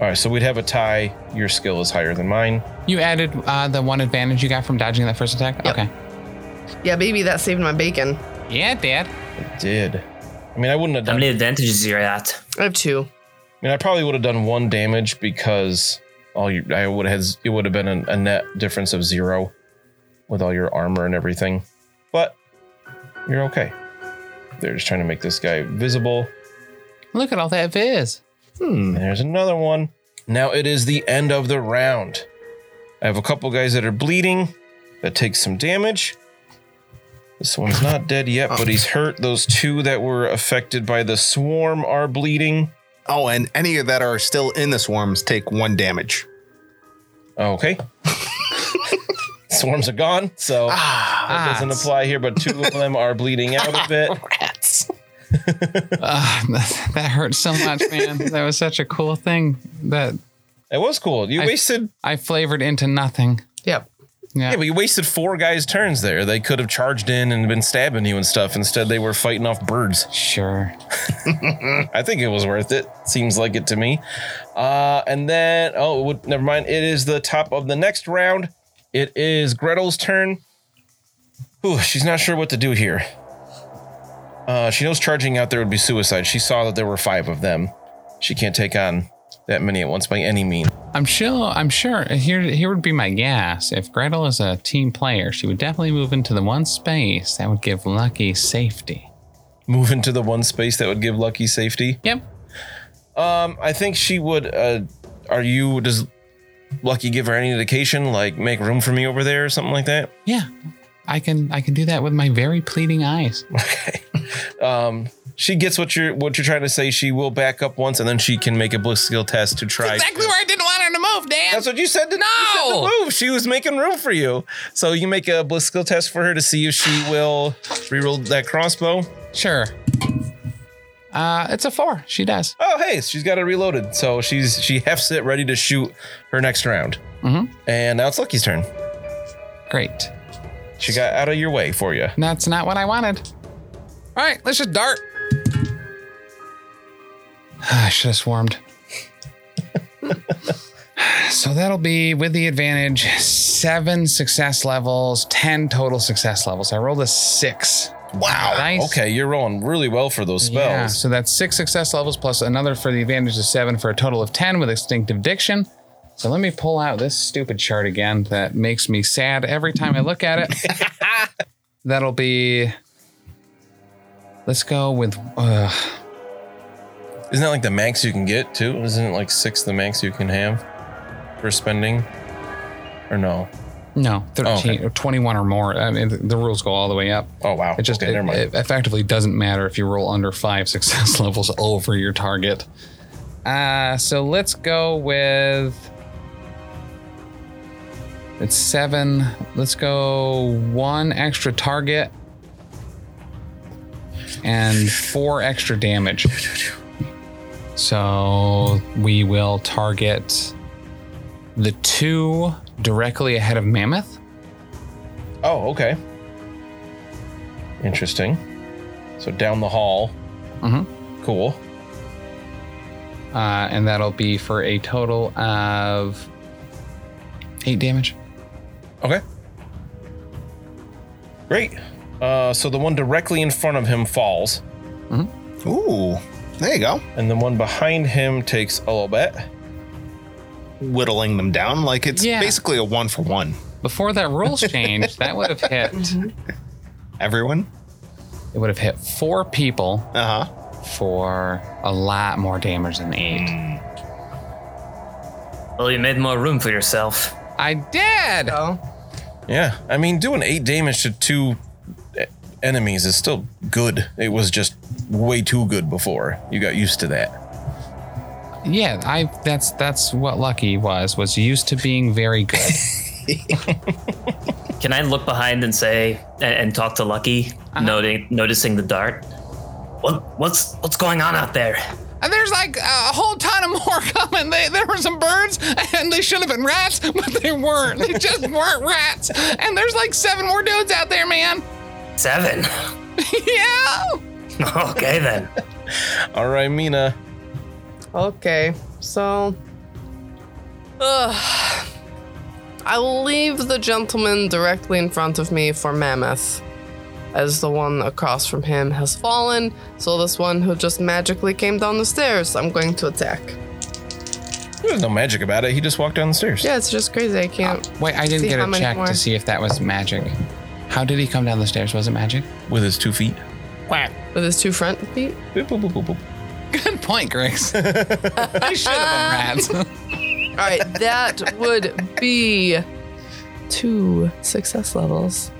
[SPEAKER 1] All right, so we'd have a tie. Your skill is higher than mine.
[SPEAKER 3] you added uh, the one advantage you got from dodging that first attack? Okay.
[SPEAKER 2] Yeah, baby, that saved my bacon.
[SPEAKER 3] Yeah, Dad.
[SPEAKER 1] It did. I mean, I wouldn't have
[SPEAKER 5] How
[SPEAKER 1] done.
[SPEAKER 5] many advantages you're at?
[SPEAKER 2] I have two.
[SPEAKER 1] I mean, I probably would have done one damage because all your I would have it would have been an, a net difference of zero with all your armor and everything, but you're okay. They're just trying to make this guy visible.
[SPEAKER 3] Look at all that viz.
[SPEAKER 1] And there's another one. Now it is the end of the round. I have a couple guys that are bleeding that takes some damage. This one's not dead yet, but he's hurt. Those two that were affected by the swarm are bleeding.
[SPEAKER 4] Oh, and any that are still in the swarms take one damage.
[SPEAKER 1] Okay. Swarms are gone, so that doesn't apply here, but two of them are bleeding out a bit.
[SPEAKER 3] Ah, [laughs] that hurt so much, man. that was such a cool thing that
[SPEAKER 1] It was cool. You wasted
[SPEAKER 3] I flavored into nothing.
[SPEAKER 2] Yep.
[SPEAKER 1] Yeah, but you wasted four guys' turns there. They could have charged in and been stabbing you and stuff. Instead, they were fighting off birds.
[SPEAKER 3] Sure.
[SPEAKER 1] I think it was worth it. Seems like it to me. Uh, and then, oh, it would, never mind. It is the top of the next round. It is Gretel's turn. Ooh, she's not sure what to do here. Uh, she knows charging out there would be suicide. She saw that there were five of them. She can't take on that many at once by any means.
[SPEAKER 3] I'm sure. I'm sure. Here, here would be my guess. If Gretel is a team player, she would definitely move into the one space that would give Lucky safety.
[SPEAKER 1] Move into the one space that would give Lucky safety.
[SPEAKER 3] Yep.
[SPEAKER 1] I think she would. Uh, are you? Does Lucky give her any indication, like make room for me over there or something like that?
[SPEAKER 3] Yeah. I can. I can do that with my very pleading eyes.
[SPEAKER 1] She gets what you're what you're trying to say. She will back up once, and then she can make a bliss skill test to try.
[SPEAKER 3] Exactly where I didn't want her to move, Dan.
[SPEAKER 1] That's what you said. To, no,
[SPEAKER 3] No!
[SPEAKER 1] move. She was making room for you, so you make a bliss skill test for her to see if she will reroll that crossbow.
[SPEAKER 3] sure. Uh, it's a four. She does.
[SPEAKER 1] Oh, hey, she's got it reloaded, so she's she hefts it ready to shoot her next round. And now it's Lucky's turn.
[SPEAKER 3] Great.
[SPEAKER 1] She got out of your way for you.
[SPEAKER 3] That's not what I wanted. All right, let's just dart. [sighs] I should have swarmed. [sighs] so that'll be with the advantage seven success levels, 10 total success levels. I rolled a six.
[SPEAKER 1] Wow.
[SPEAKER 3] Nice.
[SPEAKER 1] Okay, you're rolling really well for those spells.
[SPEAKER 3] Yeah, so that's six success levels plus another for the advantage of seven for a total of 10 with extinctive diction. So let me pull out this stupid chart again that makes me sad every time I look at it. That'll be. Let's go with. Uh,
[SPEAKER 1] Isn't that like the max you can get too? Isn't it like six the max you can have for spending? Or no?
[SPEAKER 3] no, 13
[SPEAKER 1] okay.
[SPEAKER 3] or 21 or more. I mean, the, the rules go all the way up.
[SPEAKER 1] Oh wow.
[SPEAKER 3] It just
[SPEAKER 1] okay,
[SPEAKER 3] it-
[SPEAKER 1] never mind.
[SPEAKER 3] it effectively doesn't matter if you roll under five [laughs] success levels over your target. Uh, so let's go with it's seven. Let's go one extra target and four extra damage. So we will target the two directly ahead of Mammoth.
[SPEAKER 1] oh, okay. Interesting. So down the hall.
[SPEAKER 3] Mhm.
[SPEAKER 1] Cool.
[SPEAKER 3] uh, and that'll be for a total of eight damage.
[SPEAKER 1] Okay. Great. Uh, so the one directly in front of him falls,
[SPEAKER 4] Ooh, there you go.
[SPEAKER 1] and the one behind him takes a little bit.
[SPEAKER 4] Whittling them down like it's
[SPEAKER 3] Yeah.
[SPEAKER 4] basically a one for one.
[SPEAKER 3] Before that rules change, that would have hit.
[SPEAKER 4] Everyone.
[SPEAKER 3] It would have hit four people
[SPEAKER 4] Uh huh.
[SPEAKER 3] for a lot more damage than eight.
[SPEAKER 5] Well, you made more room for yourself.
[SPEAKER 3] I did.
[SPEAKER 2] So
[SPEAKER 1] Yeah, I mean, doing eight damage to two e- enemies is still good. It was just way too good before. You got used to that.
[SPEAKER 3] Yeah, I. That's that's what Lucky was. Was used to being very good.
[SPEAKER 5] Can I look behind and say and, and talk to Lucky, noting noticing the dart? What what's what's going on out there?
[SPEAKER 3] And there's like a whole ton of more [laughs] coming. They, there were some birds, and they should have been rats, [laughs] but they weren't. They just weren't rats. And there's like seven more dudes out there, man. [laughs]
[SPEAKER 5] Seven. [laughs]
[SPEAKER 3] yeah.
[SPEAKER 5] okay then.
[SPEAKER 1] All right, Mina.
[SPEAKER 2] okay. So Ugh. I will leave the gentleman directly in front of me for Mammoth. As the one across from him has fallen, so this one who just magically came down the stairs, I'm going to attack.
[SPEAKER 1] There's no magic about it. He just walked down the stairs.
[SPEAKER 2] Yeah, it's just crazy. I can't.
[SPEAKER 3] Uh, Wait, I didn't
[SPEAKER 2] See
[SPEAKER 3] get
[SPEAKER 2] how
[SPEAKER 3] a
[SPEAKER 2] many
[SPEAKER 3] check
[SPEAKER 2] more.
[SPEAKER 3] to see if that was magic. How did he come down the stairs? Was it magic? [laughs]
[SPEAKER 1] With his two feet.
[SPEAKER 2] With his two front feet?
[SPEAKER 1] Boop, boop, boop, boop, boop.
[SPEAKER 3] Good point,
[SPEAKER 1] [laughs]
[SPEAKER 3] Griggs. I should have been rats.
[SPEAKER 2] All right, that would be two success levels.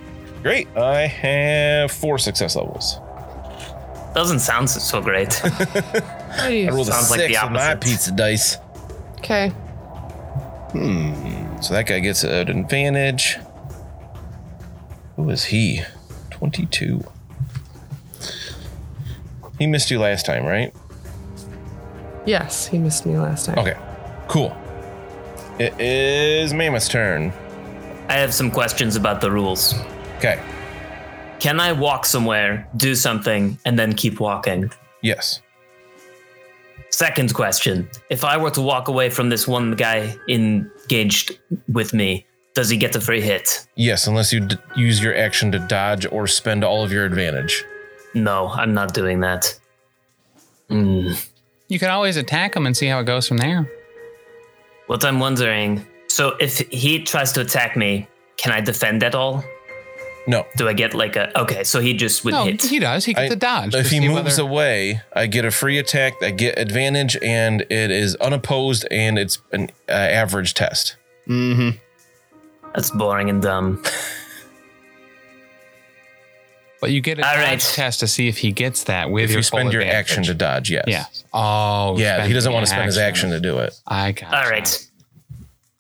[SPEAKER 1] Great. I have four success levels.
[SPEAKER 5] Doesn't sound so- so great.
[SPEAKER 2] What do you-
[SPEAKER 1] I rolled a
[SPEAKER 5] Sounds like
[SPEAKER 1] six
[SPEAKER 5] the
[SPEAKER 1] on my
[SPEAKER 5] opposite.
[SPEAKER 1] pizza dice.
[SPEAKER 2] Okay.
[SPEAKER 1] So that guy gets an advantage. Who is he? 22. He missed you last time, right?
[SPEAKER 2] Yes, he missed me last time.
[SPEAKER 1] Okay, cool. It is Mammoth's turn.
[SPEAKER 5] I have some questions about the rules.
[SPEAKER 1] Okay,
[SPEAKER 5] Can I walk somewhere, do something, and then keep walking?
[SPEAKER 1] yes.
[SPEAKER 5] Second question If I were to walk away from this one guy engaged with me, does he get a free hit?
[SPEAKER 1] Yes, unless you d- use your action to dodge or spend all of your advantage.
[SPEAKER 5] No, I'm not doing that.
[SPEAKER 3] You can always attack him and see how it goes from there.
[SPEAKER 5] What I'm wondering so if he tries to attack me, can I defend at all?
[SPEAKER 1] No.
[SPEAKER 5] Do I get like a. Okay, so he just would
[SPEAKER 3] No,
[SPEAKER 5] hit.
[SPEAKER 3] he does. He gets
[SPEAKER 1] I-
[SPEAKER 3] a dodge.
[SPEAKER 1] If
[SPEAKER 3] to
[SPEAKER 1] he
[SPEAKER 3] see
[SPEAKER 1] moves
[SPEAKER 3] whether-
[SPEAKER 1] away, I get a free attack, I get advantage, and it is unopposed, and it's an uh, average test.
[SPEAKER 5] That's boring and dumb.
[SPEAKER 3] but you get a
[SPEAKER 5] All
[SPEAKER 3] dodge
[SPEAKER 5] right.
[SPEAKER 3] test to see if he gets that with
[SPEAKER 1] If
[SPEAKER 3] your
[SPEAKER 1] you spend
[SPEAKER 3] full
[SPEAKER 1] your
[SPEAKER 3] advantage.
[SPEAKER 1] action to dodge, yes.
[SPEAKER 3] Yeah. Oh,
[SPEAKER 1] Yeah,
[SPEAKER 3] spend
[SPEAKER 1] he doesn't
[SPEAKER 3] the
[SPEAKER 1] want to spend his action to do it.
[SPEAKER 3] I got.
[SPEAKER 5] All right.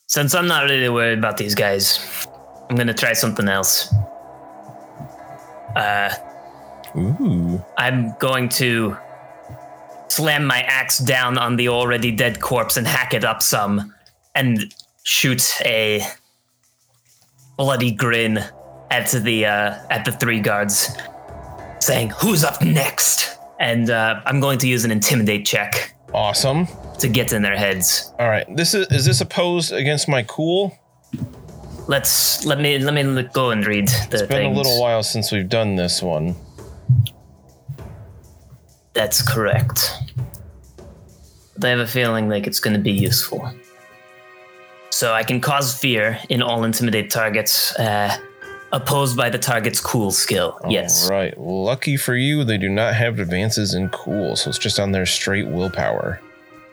[SPEAKER 5] Since I'm not really worried about these guys, I'm gonna try something else. Uh,
[SPEAKER 1] Ooh.
[SPEAKER 5] I'm going to slam my axe down on the already dead corpse and hack it up some, and shoot a bloody grin at the uh, at the three guards, saying, "Who's up next?" And uh, I'm going to use an intimidate check
[SPEAKER 1] Awesome.
[SPEAKER 5] to get in their heads.
[SPEAKER 1] All right. This is is this opposed against my cool?
[SPEAKER 5] Let's let me let me look- go and read the
[SPEAKER 1] Been
[SPEAKER 5] things.
[SPEAKER 1] a little while since we've done this one.
[SPEAKER 5] That's correct. But I have a feeling like it's going to be useful. So I can cause fear in all intimidate targets, uh, opposed by the target's cool skill. yes.
[SPEAKER 1] All right. Lucky for you, they do not have advances in cool, so it's just on their straight willpower.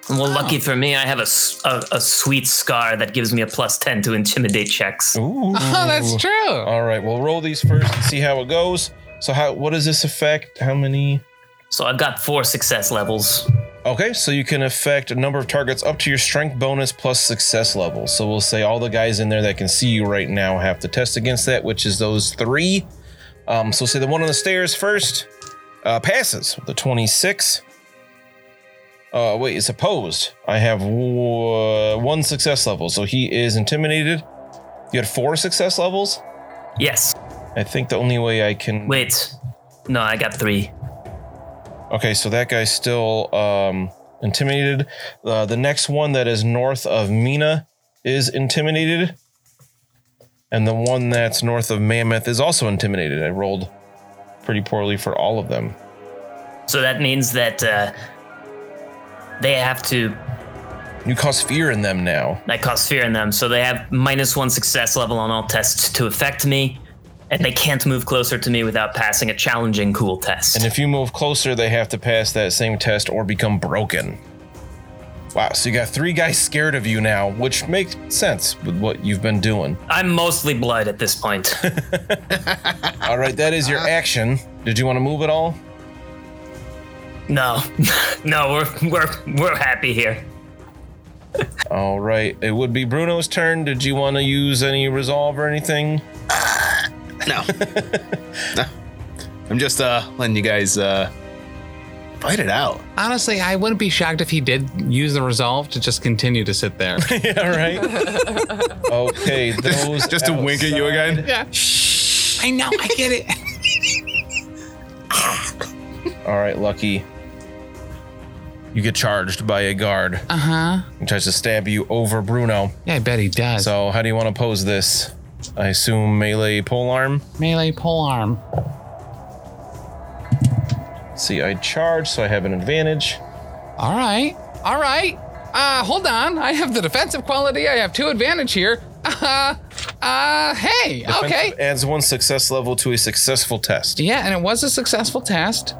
[SPEAKER 5] Well, lucky for me, I have a, s- a- a sweet scar that gives me a plus 10 to intimidate checks.
[SPEAKER 1] Ooh.
[SPEAKER 3] Oh, that's true.
[SPEAKER 1] All right. We'll roll these first and see how it goes. So how what does this affect? How many?
[SPEAKER 5] So I've got four success levels.
[SPEAKER 1] Okay, so you can affect a number of targets up to your strength bonus plus success level. So we'll say all the guys in there that can see you right now have to test against that, which is those three. Um, so say the one on the stairs first uh, passes with a 26. Uh, wait, it's opposed. I have w- one success level, so he is intimidated. You had four success levels.
[SPEAKER 5] Yes.
[SPEAKER 1] I think the only way I can.
[SPEAKER 5] Wait. No, I got three.
[SPEAKER 1] Okay, so that guy's still um, intimidated. Uh, the next one that is north of Mina is intimidated. And the one that's north of Mammoth is also intimidated. I rolled pretty poorly for all of them.
[SPEAKER 5] So that means that uh, they have to
[SPEAKER 1] You cause fear in them now.
[SPEAKER 5] that cause fear in them. So they have minus one success level on all tests to affect me, and they can't move closer to me without passing a challenging cool test.
[SPEAKER 1] And if you move closer, they have to pass that same test or become broken. Wow, so you got three guys scared of you now, which makes sense with what you've been doing.
[SPEAKER 5] I'm mostly blood at
[SPEAKER 1] [laughs]
[SPEAKER 5] this point.
[SPEAKER 1] All right, that is your action. Did you want to move at all?
[SPEAKER 5] no, [laughs] no, we're we're we're happy here.
[SPEAKER 1] All right, it would be Bruno's turn. Did you want to use any resolve or anything?
[SPEAKER 4] [laughs] No. No. I'm just uh letting you guys uh fight it out.
[SPEAKER 3] Honestly, I wouldn't be shocked if he did use the resolve to just continue to
[SPEAKER 1] [laughs]
[SPEAKER 3] sit there.
[SPEAKER 1] Yeah,
[SPEAKER 3] [laughs]
[SPEAKER 1] right. okay, those
[SPEAKER 4] [laughs] Just to wink at you again.
[SPEAKER 3] yeah. I know. I get
[SPEAKER 1] [laughs]
[SPEAKER 3] it.
[SPEAKER 1] outside- All right, Lucky. You get charged by a guard
[SPEAKER 3] Uh huh.
[SPEAKER 1] and tries to stab you over Bruno.
[SPEAKER 3] Yeah, I bet he does.
[SPEAKER 1] So, how do you want to pose this? I assume melee pole arm.
[SPEAKER 3] Melee pole arm.
[SPEAKER 1] See, I charge, so I have an advantage.
[SPEAKER 3] All right. All right. Uh, hold on. I have the defensive quality. I have two advantage here. Uh, uh, hey, okay.
[SPEAKER 1] Adds one success level to a successful test.
[SPEAKER 3] Yeah, and it was a successful test.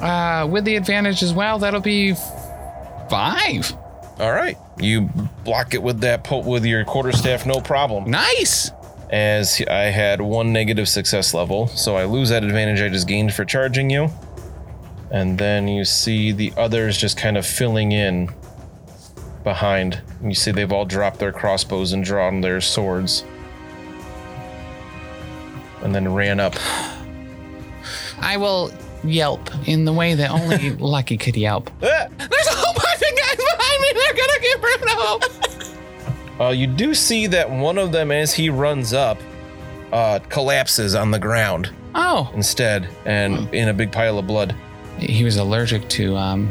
[SPEAKER 3] Uh, with the advantage as well, that'll be f- five.
[SPEAKER 1] All right. You block it with that po- with your quarterstaff, no problem.
[SPEAKER 3] Nice.
[SPEAKER 1] As I had one negative success level, so I lose that advantage I just gained for charging you. And then you see the others just kind of filling in behind. You see they've all dropped their crossbows and drawn their swords. And then ran up.
[SPEAKER 3] I will yelp in the way that only Lucky could yelp.
[SPEAKER 1] Ah!
[SPEAKER 3] There's a whole bunch of guys behind me. They're gonna get Bruno.
[SPEAKER 1] Uh, you do see that one of them, as he runs up, uh, collapses on the ground
[SPEAKER 3] Oh,
[SPEAKER 1] instead and in a big pile of blood.
[SPEAKER 3] he was allergic to um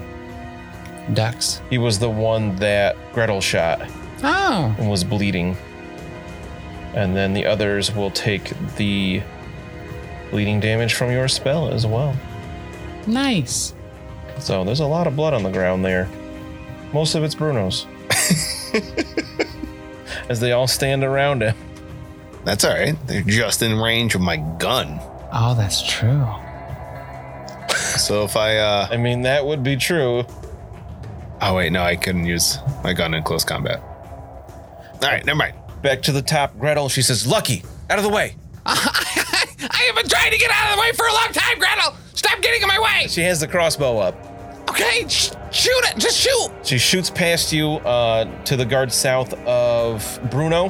[SPEAKER 3] ducks.
[SPEAKER 1] He was the one that Gretel shot
[SPEAKER 3] Oh,
[SPEAKER 1] and was bleeding. And then the others will take the bleeding damage from your spell as well.
[SPEAKER 3] nice.
[SPEAKER 1] So there's a lot of blood on the ground there. Most of it's
[SPEAKER 3] [laughs]
[SPEAKER 1] Bruno's. as they all stand around him.
[SPEAKER 4] That's all right. They're just in range of my gun.
[SPEAKER 3] Oh, that's true.
[SPEAKER 4] So if I, uh,
[SPEAKER 1] I mean, that would be true.
[SPEAKER 4] oh wait, no, I couldn't use my gun in close combat. All right, never mind.
[SPEAKER 1] Back to the top, Gretel, she says, Lucky, out of the way.
[SPEAKER 3] [laughs] I have been trying to get out of the way for a long time, Gretel. Stop getting in my way.
[SPEAKER 1] She has the crossbow up.
[SPEAKER 3] Okay, sh- shoot it. Just shoot.
[SPEAKER 1] She shoots past you uh, to the guard south of Bruno,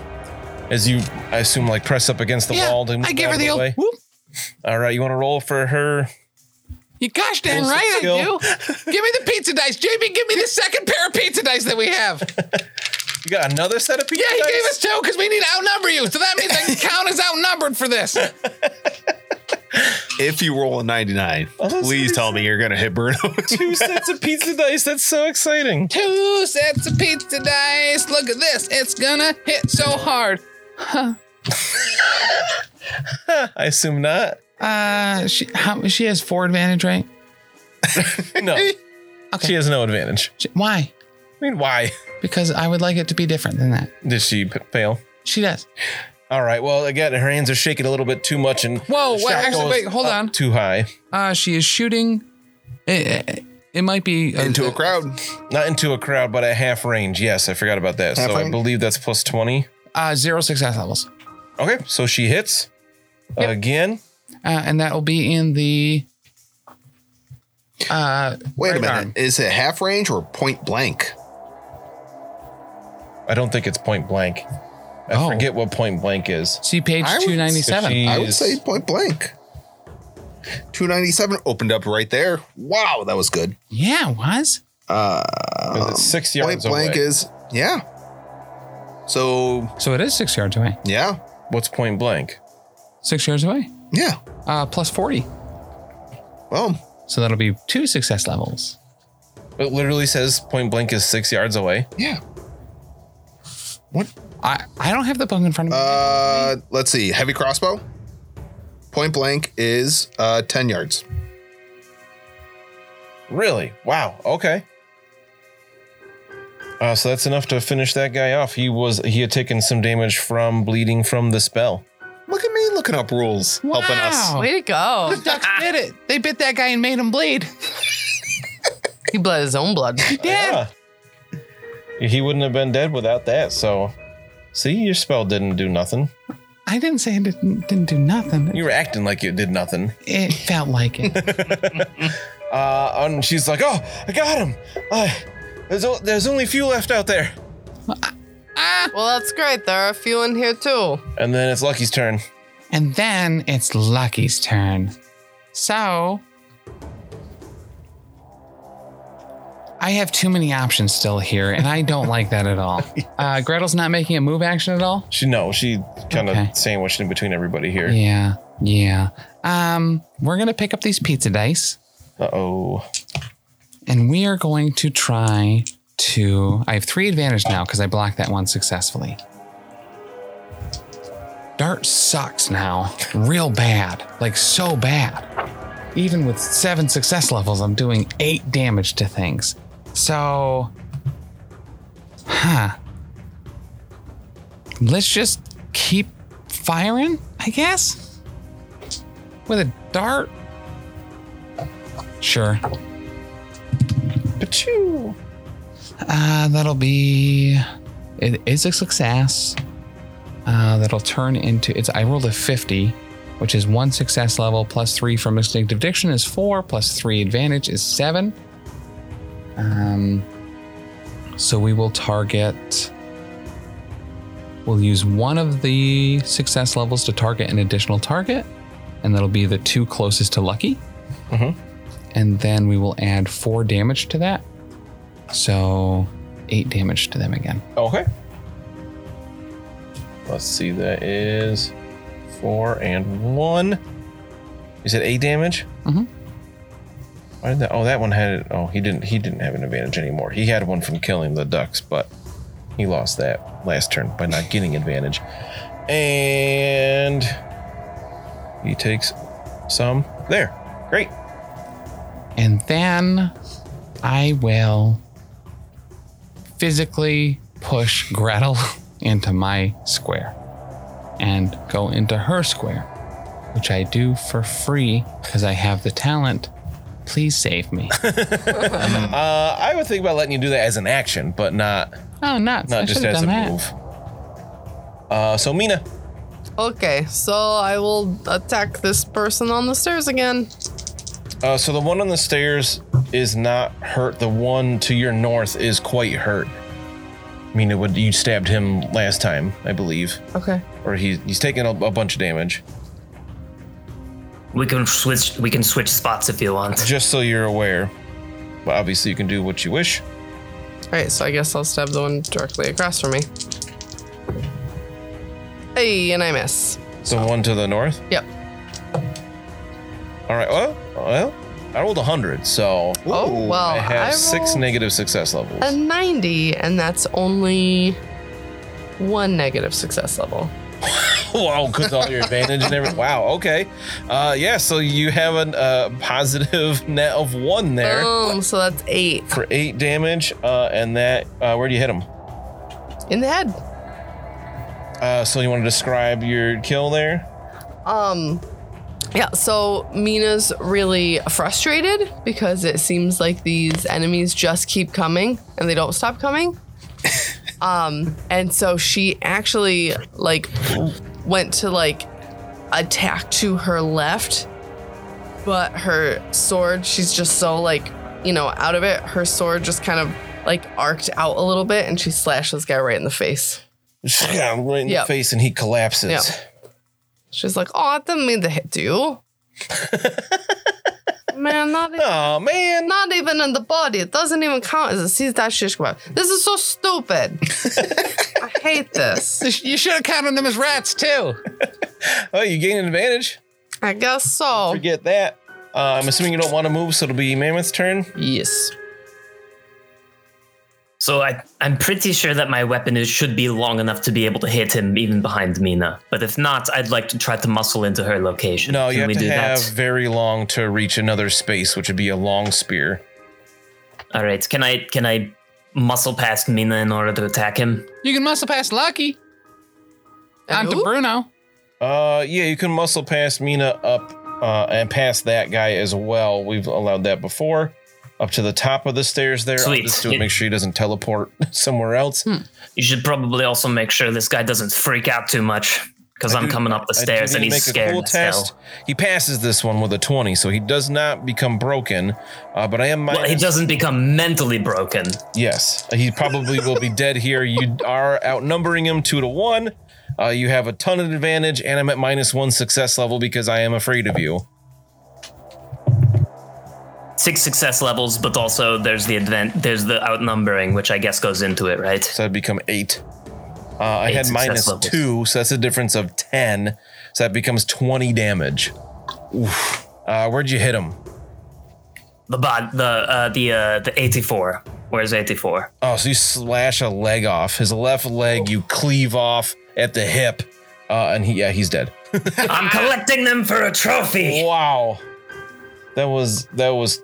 [SPEAKER 1] as you, I assume, like press up against the
[SPEAKER 3] yeah,
[SPEAKER 1] wall. To move
[SPEAKER 3] I give
[SPEAKER 1] out
[SPEAKER 3] her
[SPEAKER 1] of
[SPEAKER 3] the old.
[SPEAKER 1] way.
[SPEAKER 3] Whoop.
[SPEAKER 1] All right, you want to roll for her?
[SPEAKER 3] You gosh dang
[SPEAKER 1] Rules of
[SPEAKER 3] right I
[SPEAKER 1] skill.
[SPEAKER 3] do. give me the pizza dice, JB. Give me the second pair of pizza dice that we have.
[SPEAKER 1] You got another set of pizza
[SPEAKER 3] Yeah, he
[SPEAKER 1] dice?
[SPEAKER 3] gave us two because we need to outnumber you. So that means I can count as outnumbered for this.
[SPEAKER 4] If you roll a 99,
[SPEAKER 1] that's
[SPEAKER 4] please tell me you're gonna hit Bruno. [laughs]
[SPEAKER 1] two sets of pizza dice. That's so exciting.
[SPEAKER 3] Two sets of pizza dice. Look at this. It's gonna hit so hard.
[SPEAKER 1] I assume not.
[SPEAKER 3] Uh, she how, she has four advantage, right?
[SPEAKER 1] No,
[SPEAKER 3] [laughs] Okay.
[SPEAKER 1] she has no advantage.
[SPEAKER 3] She- why?
[SPEAKER 1] I mean, why [laughs]
[SPEAKER 3] Because I would like it to be different than that.
[SPEAKER 1] did she p- fail?
[SPEAKER 3] She does.
[SPEAKER 1] All right. Well, again, her hands are shaking a little bit too much, and
[SPEAKER 3] Whoa,
[SPEAKER 1] the
[SPEAKER 3] wait,
[SPEAKER 1] shot
[SPEAKER 3] actually,
[SPEAKER 1] goes
[SPEAKER 3] wait, hold
[SPEAKER 1] up
[SPEAKER 3] on.
[SPEAKER 1] Too high,
[SPEAKER 3] Uh, she is shooting. It, it- it might be uh,
[SPEAKER 4] Into a crowd.
[SPEAKER 1] not into a crowd, but at half range. Yes, I forgot about that.
[SPEAKER 4] Half
[SPEAKER 1] so I
[SPEAKER 4] range?
[SPEAKER 1] believe that's plus twenty.
[SPEAKER 3] Uh, zero success levels.
[SPEAKER 1] Okay, so she hits again.
[SPEAKER 3] Uh, and that will be in the. uh,
[SPEAKER 4] Wait a
[SPEAKER 3] Right
[SPEAKER 4] minute.
[SPEAKER 3] arm.
[SPEAKER 4] Is it half range or point blank?
[SPEAKER 1] I don't think it's point blank. I
[SPEAKER 3] Oh.
[SPEAKER 1] forget what point blank is.
[SPEAKER 3] See page
[SPEAKER 4] I would-
[SPEAKER 3] two ninety seven.
[SPEAKER 1] She
[SPEAKER 4] I would
[SPEAKER 1] is-
[SPEAKER 4] say point blank. 297 opened up right there. Wow, that was good.
[SPEAKER 3] Yeah, it was.
[SPEAKER 1] it's six
[SPEAKER 4] um, Point
[SPEAKER 1] yards away.
[SPEAKER 4] blank is, yeah. So,
[SPEAKER 3] So it is six yards away.
[SPEAKER 4] yeah.
[SPEAKER 1] What's point blank?
[SPEAKER 3] Six yards away.
[SPEAKER 4] Yeah.
[SPEAKER 3] Uh, plus forty.
[SPEAKER 4] Well,
[SPEAKER 3] So that'll be two success levels.
[SPEAKER 1] It literally says point blank is six yards away.
[SPEAKER 4] yeah.
[SPEAKER 3] I, I don't have the book in front of me.
[SPEAKER 4] Uh, let's see. Heavy crossbow. Point blank is uh 10 yards.
[SPEAKER 1] Really? Wow. Okay. Uh, so that's enough to finish that guy off. He was he had taken some damage from bleeding from the spell.
[SPEAKER 4] Look at me looking up rules, helping us.
[SPEAKER 3] Wow.
[SPEAKER 2] Way to go.
[SPEAKER 1] [laughs]
[SPEAKER 3] Ducks did it. They bit that guy and made him bleed.
[SPEAKER 2] He bled his own blood.
[SPEAKER 3] Eh.
[SPEAKER 1] Yeah. Ah. He wouldn't have been dead without that. So, see, your spell didn't do nothing.
[SPEAKER 3] I didn't say it didn't, didn't do nothing.
[SPEAKER 1] You were acting like you did nothing.
[SPEAKER 3] It felt like it.
[SPEAKER 1] Uh, and she's like, "Oh, I got him! I there's o- there's only a few left out there."
[SPEAKER 2] Well, that's great. There are a few in here too.
[SPEAKER 1] And then it's Lucky's turn.
[SPEAKER 3] and then it's Lucky's turn. So I have too many options still here, and I don't like that at all. Uh, Gretel's not making a move action at all.
[SPEAKER 1] She no, she kind of
[SPEAKER 3] Okay.
[SPEAKER 1] sandwiched in between everybody here.
[SPEAKER 3] Yeah, yeah. Um, we're gonna pick up these pizza dice.
[SPEAKER 1] Uh oh.
[SPEAKER 3] And we are going to try to. I have three advantage now because I blocked that one successfully. Dart sucks now, real bad, like so bad. Even with seven success levels, I'm doing eight damage to things. So Let's just keep firing, I guess? With a dart? Sure.
[SPEAKER 1] Pachoo.
[SPEAKER 3] Uh, that'll be. It is a success. Uh, that'll turn into. It's. I rolled a 50, which is one success level plus three from instinctive diction is four, plus three advantage is seven. Um, so we will target. We'll use one of the success levels to target an additional target, and that'll be the two closest to Lucky. And then we will add four damage to that. So eight damage to them again.
[SPEAKER 1] Okay. Let's see. That is four and one. You said eight damage.
[SPEAKER 3] Mhm.
[SPEAKER 1] Why did that? Oh, that one had it. Oh, he didn't. He didn't have an advantage anymore. He had one from killing the ducks, but he lost that last turn by not getting advantage, and he takes some there. Great.
[SPEAKER 3] And then I will physically push Gretel [laughs] into my square and go into her square, which I do for free because I have the talent. Please
[SPEAKER 1] [laughs]
[SPEAKER 3] save me.
[SPEAKER 1] Uh, I would think about letting you do that as an action, but not
[SPEAKER 3] Oh, nuts.
[SPEAKER 1] not
[SPEAKER 3] I
[SPEAKER 1] just
[SPEAKER 3] should've
[SPEAKER 1] as a
[SPEAKER 3] done that.
[SPEAKER 1] move. Uh, so Mina,
[SPEAKER 2] Okay, so I will attack this person on the stairs again.
[SPEAKER 1] Uh, so the one on the stairs is not hurt. The one to your north is quite hurt. I mean, it would you stabbed him last time, I believe,
[SPEAKER 2] Okay.
[SPEAKER 1] or he's he's taking a, a bunch of damage.
[SPEAKER 5] We can switch. We can switch spots if you want.
[SPEAKER 1] Just so you're aware, but obviously you can do what you wish.
[SPEAKER 2] All right, so I guess I'll stab the one directly across from me. Hey, and I miss.
[SPEAKER 1] The one to the north.
[SPEAKER 2] Yep.
[SPEAKER 1] All right. Well, well, I rolled a hundred, so
[SPEAKER 2] Oh, well,
[SPEAKER 1] I have
[SPEAKER 2] I
[SPEAKER 1] six
[SPEAKER 2] rolled
[SPEAKER 1] negative success levels.
[SPEAKER 2] A 90, and that's only one negative success level.
[SPEAKER 1] wow, because all your advantage and everything. Wow. Okay. Uh, yeah. So you have a uh, positive [laughs] net of one there.
[SPEAKER 2] Boom, Um, so that's eight.
[SPEAKER 1] for eight damage, uh, and that uh, where do you hit him?
[SPEAKER 2] In the head.
[SPEAKER 1] Uh, so you want to describe your kill there? [laughs]
[SPEAKER 2] Um yeah, so Mina's really frustrated because it seems like these enemies just keep coming and they don't stop coming. um and so she actually like went to like attack to her left, but her sword, she's just so like, you know, out of it, her sword just kind of like arced out a little bit and she slashed this guy right in the face.
[SPEAKER 1] right in
[SPEAKER 2] Yep.
[SPEAKER 1] the face, and he collapses.
[SPEAKER 2] Yep. She's like, "Oh, I didn't mean to hit [laughs] you." Man, not even,
[SPEAKER 1] Oh man!
[SPEAKER 2] not even in the body. It doesn't even count as a seized that shish kebab. This is so [laughs] stupid. I hate this.
[SPEAKER 3] You should have counted them as rats, too.
[SPEAKER 1] Oh, you gain an advantage.
[SPEAKER 2] I guess so.
[SPEAKER 1] Forget that. Uh, I'm assuming you don't want to move, so it'll be Mammoth's turn.
[SPEAKER 2] Yes.
[SPEAKER 5] So I, I'm pretty sure that my weapon is should be long enough to be able to hit him even behind Mina. But if not, I'd like to try to muscle into her location.
[SPEAKER 1] No, you
[SPEAKER 5] Can
[SPEAKER 1] have
[SPEAKER 5] we
[SPEAKER 1] to
[SPEAKER 5] do
[SPEAKER 1] have
[SPEAKER 5] that?
[SPEAKER 1] very long to reach another space, which would be a long spear.
[SPEAKER 5] All right. Can I can I muscle past Mina in order to attack him?
[SPEAKER 3] You can muscle past Lucky. On to
[SPEAKER 2] Ooh.
[SPEAKER 3] Bruno.
[SPEAKER 1] Uh, yeah, you can muscle past Mina up uh, and past that guy as well. We've allowed that before. Up to the top of the stairs there. I'll
[SPEAKER 5] Sweet. Hmm.
[SPEAKER 1] just do it. Make sure he doesn't teleport [laughs] somewhere else.
[SPEAKER 5] You should probably also make sure this guy doesn't freak out too much because I'm
[SPEAKER 1] do-
[SPEAKER 5] coming up the
[SPEAKER 1] I do
[SPEAKER 5] stairs
[SPEAKER 1] need
[SPEAKER 5] and
[SPEAKER 1] to make
[SPEAKER 5] he's
[SPEAKER 1] a
[SPEAKER 5] scared
[SPEAKER 1] cool
[SPEAKER 5] as hell.
[SPEAKER 1] He passes this one with a 20, so he does not become broken. Uh, but I am minus.
[SPEAKER 5] Well, he doesn't become mentally broken.
[SPEAKER 1] Yes, he probably will be dead here. You are outnumbering him two to one. Uh, you have a ton of advantage, and I'm at minus one success level because I am afraid of you.
[SPEAKER 5] Six success levels, but also there's the advent, there's the outnumbering, which I guess goes into it, right?
[SPEAKER 1] So that'd become eight. Uh, I
[SPEAKER 5] Eight
[SPEAKER 1] had
[SPEAKER 5] success
[SPEAKER 1] minus
[SPEAKER 5] levels.
[SPEAKER 1] two, so that's a difference of 10. So that becomes 20 damage. Uh, where'd you hit him?
[SPEAKER 5] The bod, the uh, the uh, the 84.
[SPEAKER 1] [laughs]
[SPEAKER 5] Where's 84?
[SPEAKER 1] Oh, so you slash a leg off his left leg. You cleave off at the hip, uh, and he yeah he's dead.
[SPEAKER 5] I'm collecting them for a trophy.
[SPEAKER 1] Wow, that was that was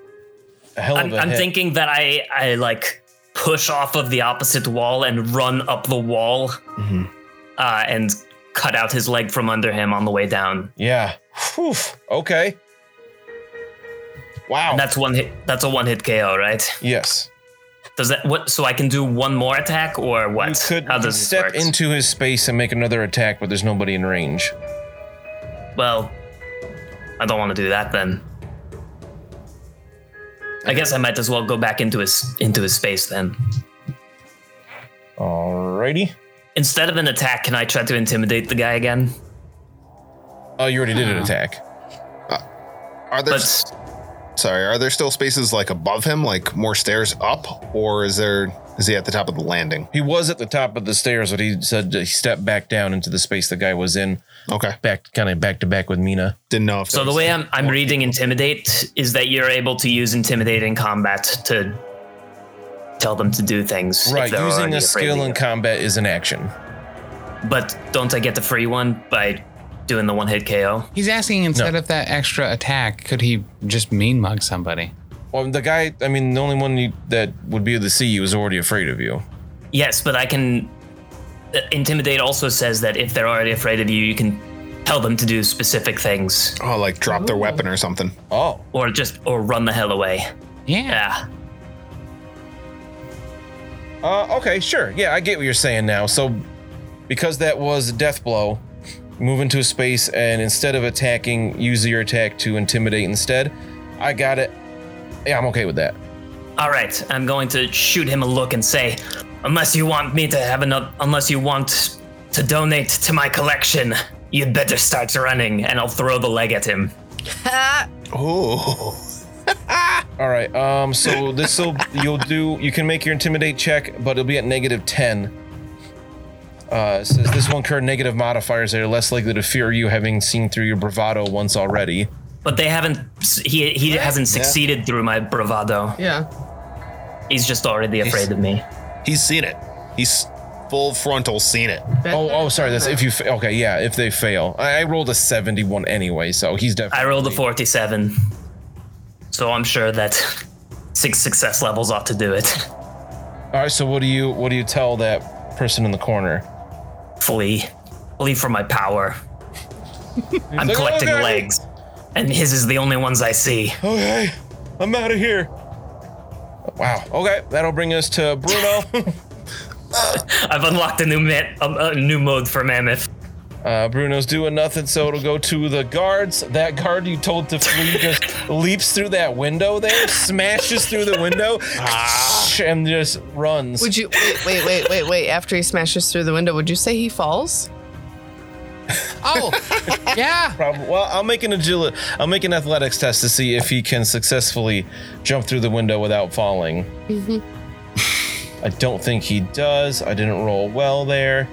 [SPEAKER 1] a hell of
[SPEAKER 5] I'm,
[SPEAKER 1] a
[SPEAKER 5] I'm
[SPEAKER 1] hit.
[SPEAKER 5] thinking that I I like push off of the opposite wall and run up the wall
[SPEAKER 1] Mm-hmm.
[SPEAKER 5] uh, and cut out his leg from under him on the way down.
[SPEAKER 1] Yeah. Whew. Okay. Wow. Oh.
[SPEAKER 5] And that's one hit. That's a one hit KO, right?
[SPEAKER 1] yes.
[SPEAKER 5] Does that what? So I can do one more attack or what?
[SPEAKER 1] You could
[SPEAKER 5] How
[SPEAKER 1] you could
[SPEAKER 5] does this
[SPEAKER 1] step
[SPEAKER 5] work?
[SPEAKER 1] into his space and make another attack, but there's nobody in range.
[SPEAKER 5] Well, I don't want to do that then. I guess I might as well go back into his into his space then.
[SPEAKER 1] Alrighty.
[SPEAKER 5] Instead of an attack, can I try to intimidate the guy again?
[SPEAKER 1] Oh, you already did an attack.
[SPEAKER 4] Are there
[SPEAKER 5] But
[SPEAKER 4] sorry, are there still spaces like above him, like more stairs up, or is there is he at the top of the landing?
[SPEAKER 1] He was at the top of the stairs, but he said that he stepped back down into the space the guy was in,
[SPEAKER 4] Okay.
[SPEAKER 1] back kind of back to back with Mina.
[SPEAKER 4] Didn't know if
[SPEAKER 5] so the way I'm I'm reading intimidate is that you're able to use intimidate in combat to tell them to do things. if
[SPEAKER 1] Right.
[SPEAKER 5] they're
[SPEAKER 1] Using
[SPEAKER 5] already
[SPEAKER 1] a
[SPEAKER 5] afraid
[SPEAKER 1] skill
[SPEAKER 5] of
[SPEAKER 1] in combat is an action.
[SPEAKER 5] you. But don't I get the free one by doing the one hit KO?
[SPEAKER 3] He's asking instead of that extra attack, could he just mean mug somebody?
[SPEAKER 1] Well, the guy, I mean, the only one you, that would be able to see you is already afraid of you.
[SPEAKER 5] Yes, but I can. uh, Intimidate also says that if they're already afraid of you, you can tell them to do specific things,
[SPEAKER 4] oh, like drop their weapon or something.
[SPEAKER 1] Oh,
[SPEAKER 5] or just or run the hell away.
[SPEAKER 3] Yeah.
[SPEAKER 5] Yeah,
[SPEAKER 1] uh, okay, sure. Yeah, I get what you're saying now. So, because that was a death blow, move into a space and instead of attacking, use your attack to intimidate instead. I got it. Yeah, I'm okay with that.
[SPEAKER 5] All right, I'm going to shoot him a look and say, unless you want me to have another, unless you want to donate to my collection, you'd better start running, and I'll throw the leg at him.
[SPEAKER 2] Uh,
[SPEAKER 4] Oh,
[SPEAKER 1] All right. Um. So this will you'll do. You can make your intimidate check, but it'll be at negative ten. Uh, it says this will incur negative modifiers that are less likely to fear you, having seen through your bravado once already.
[SPEAKER 5] But they haven't. He he hasn't succeeded through my bravado.
[SPEAKER 2] Yeah.
[SPEAKER 5] He's just already afraid of me.
[SPEAKER 4] he's seen it. He's full frontal seen it.
[SPEAKER 1] Oh, oh, sorry. That's if you. Fa- okay, yeah. If they fail, I, I rolled a seventy-one anyway, so he's
[SPEAKER 5] I
[SPEAKER 1] definitely.
[SPEAKER 5] rolled a 47, so I'm sure that [laughs] six success levels ought to do it. [laughs]
[SPEAKER 1] All right. So what do you what do you tell that person in the corner?
[SPEAKER 5] Flee, flee from
[SPEAKER 1] [laughs]
[SPEAKER 5] my power. I'm
[SPEAKER 1] like,
[SPEAKER 5] collecting
[SPEAKER 1] "Okay."
[SPEAKER 5] legs, and his is the only ones
[SPEAKER 1] [laughs]
[SPEAKER 5] I see.
[SPEAKER 1] Okay, I'm out of here. Wow. Okay, that'll bring us to [laughs] Bruno.
[SPEAKER 5] I've unlocked a new man, a, a new mode for Mammoth.
[SPEAKER 1] Uh, Bruno's doing nothing, so it'll go to the guards. That guard you told to flee just leaps through that window there, smashes through the window, and just runs.
[SPEAKER 2] Would you wait, wait, wait, wait, wait? After he smashes through the window, would you say he falls?
[SPEAKER 3] Oh, yeah.
[SPEAKER 1] Prob- well, I'll make an agility. I'll make an athletics test to see if he can successfully jump through the window without falling. [laughs] I don't think he does. I didn't roll well there.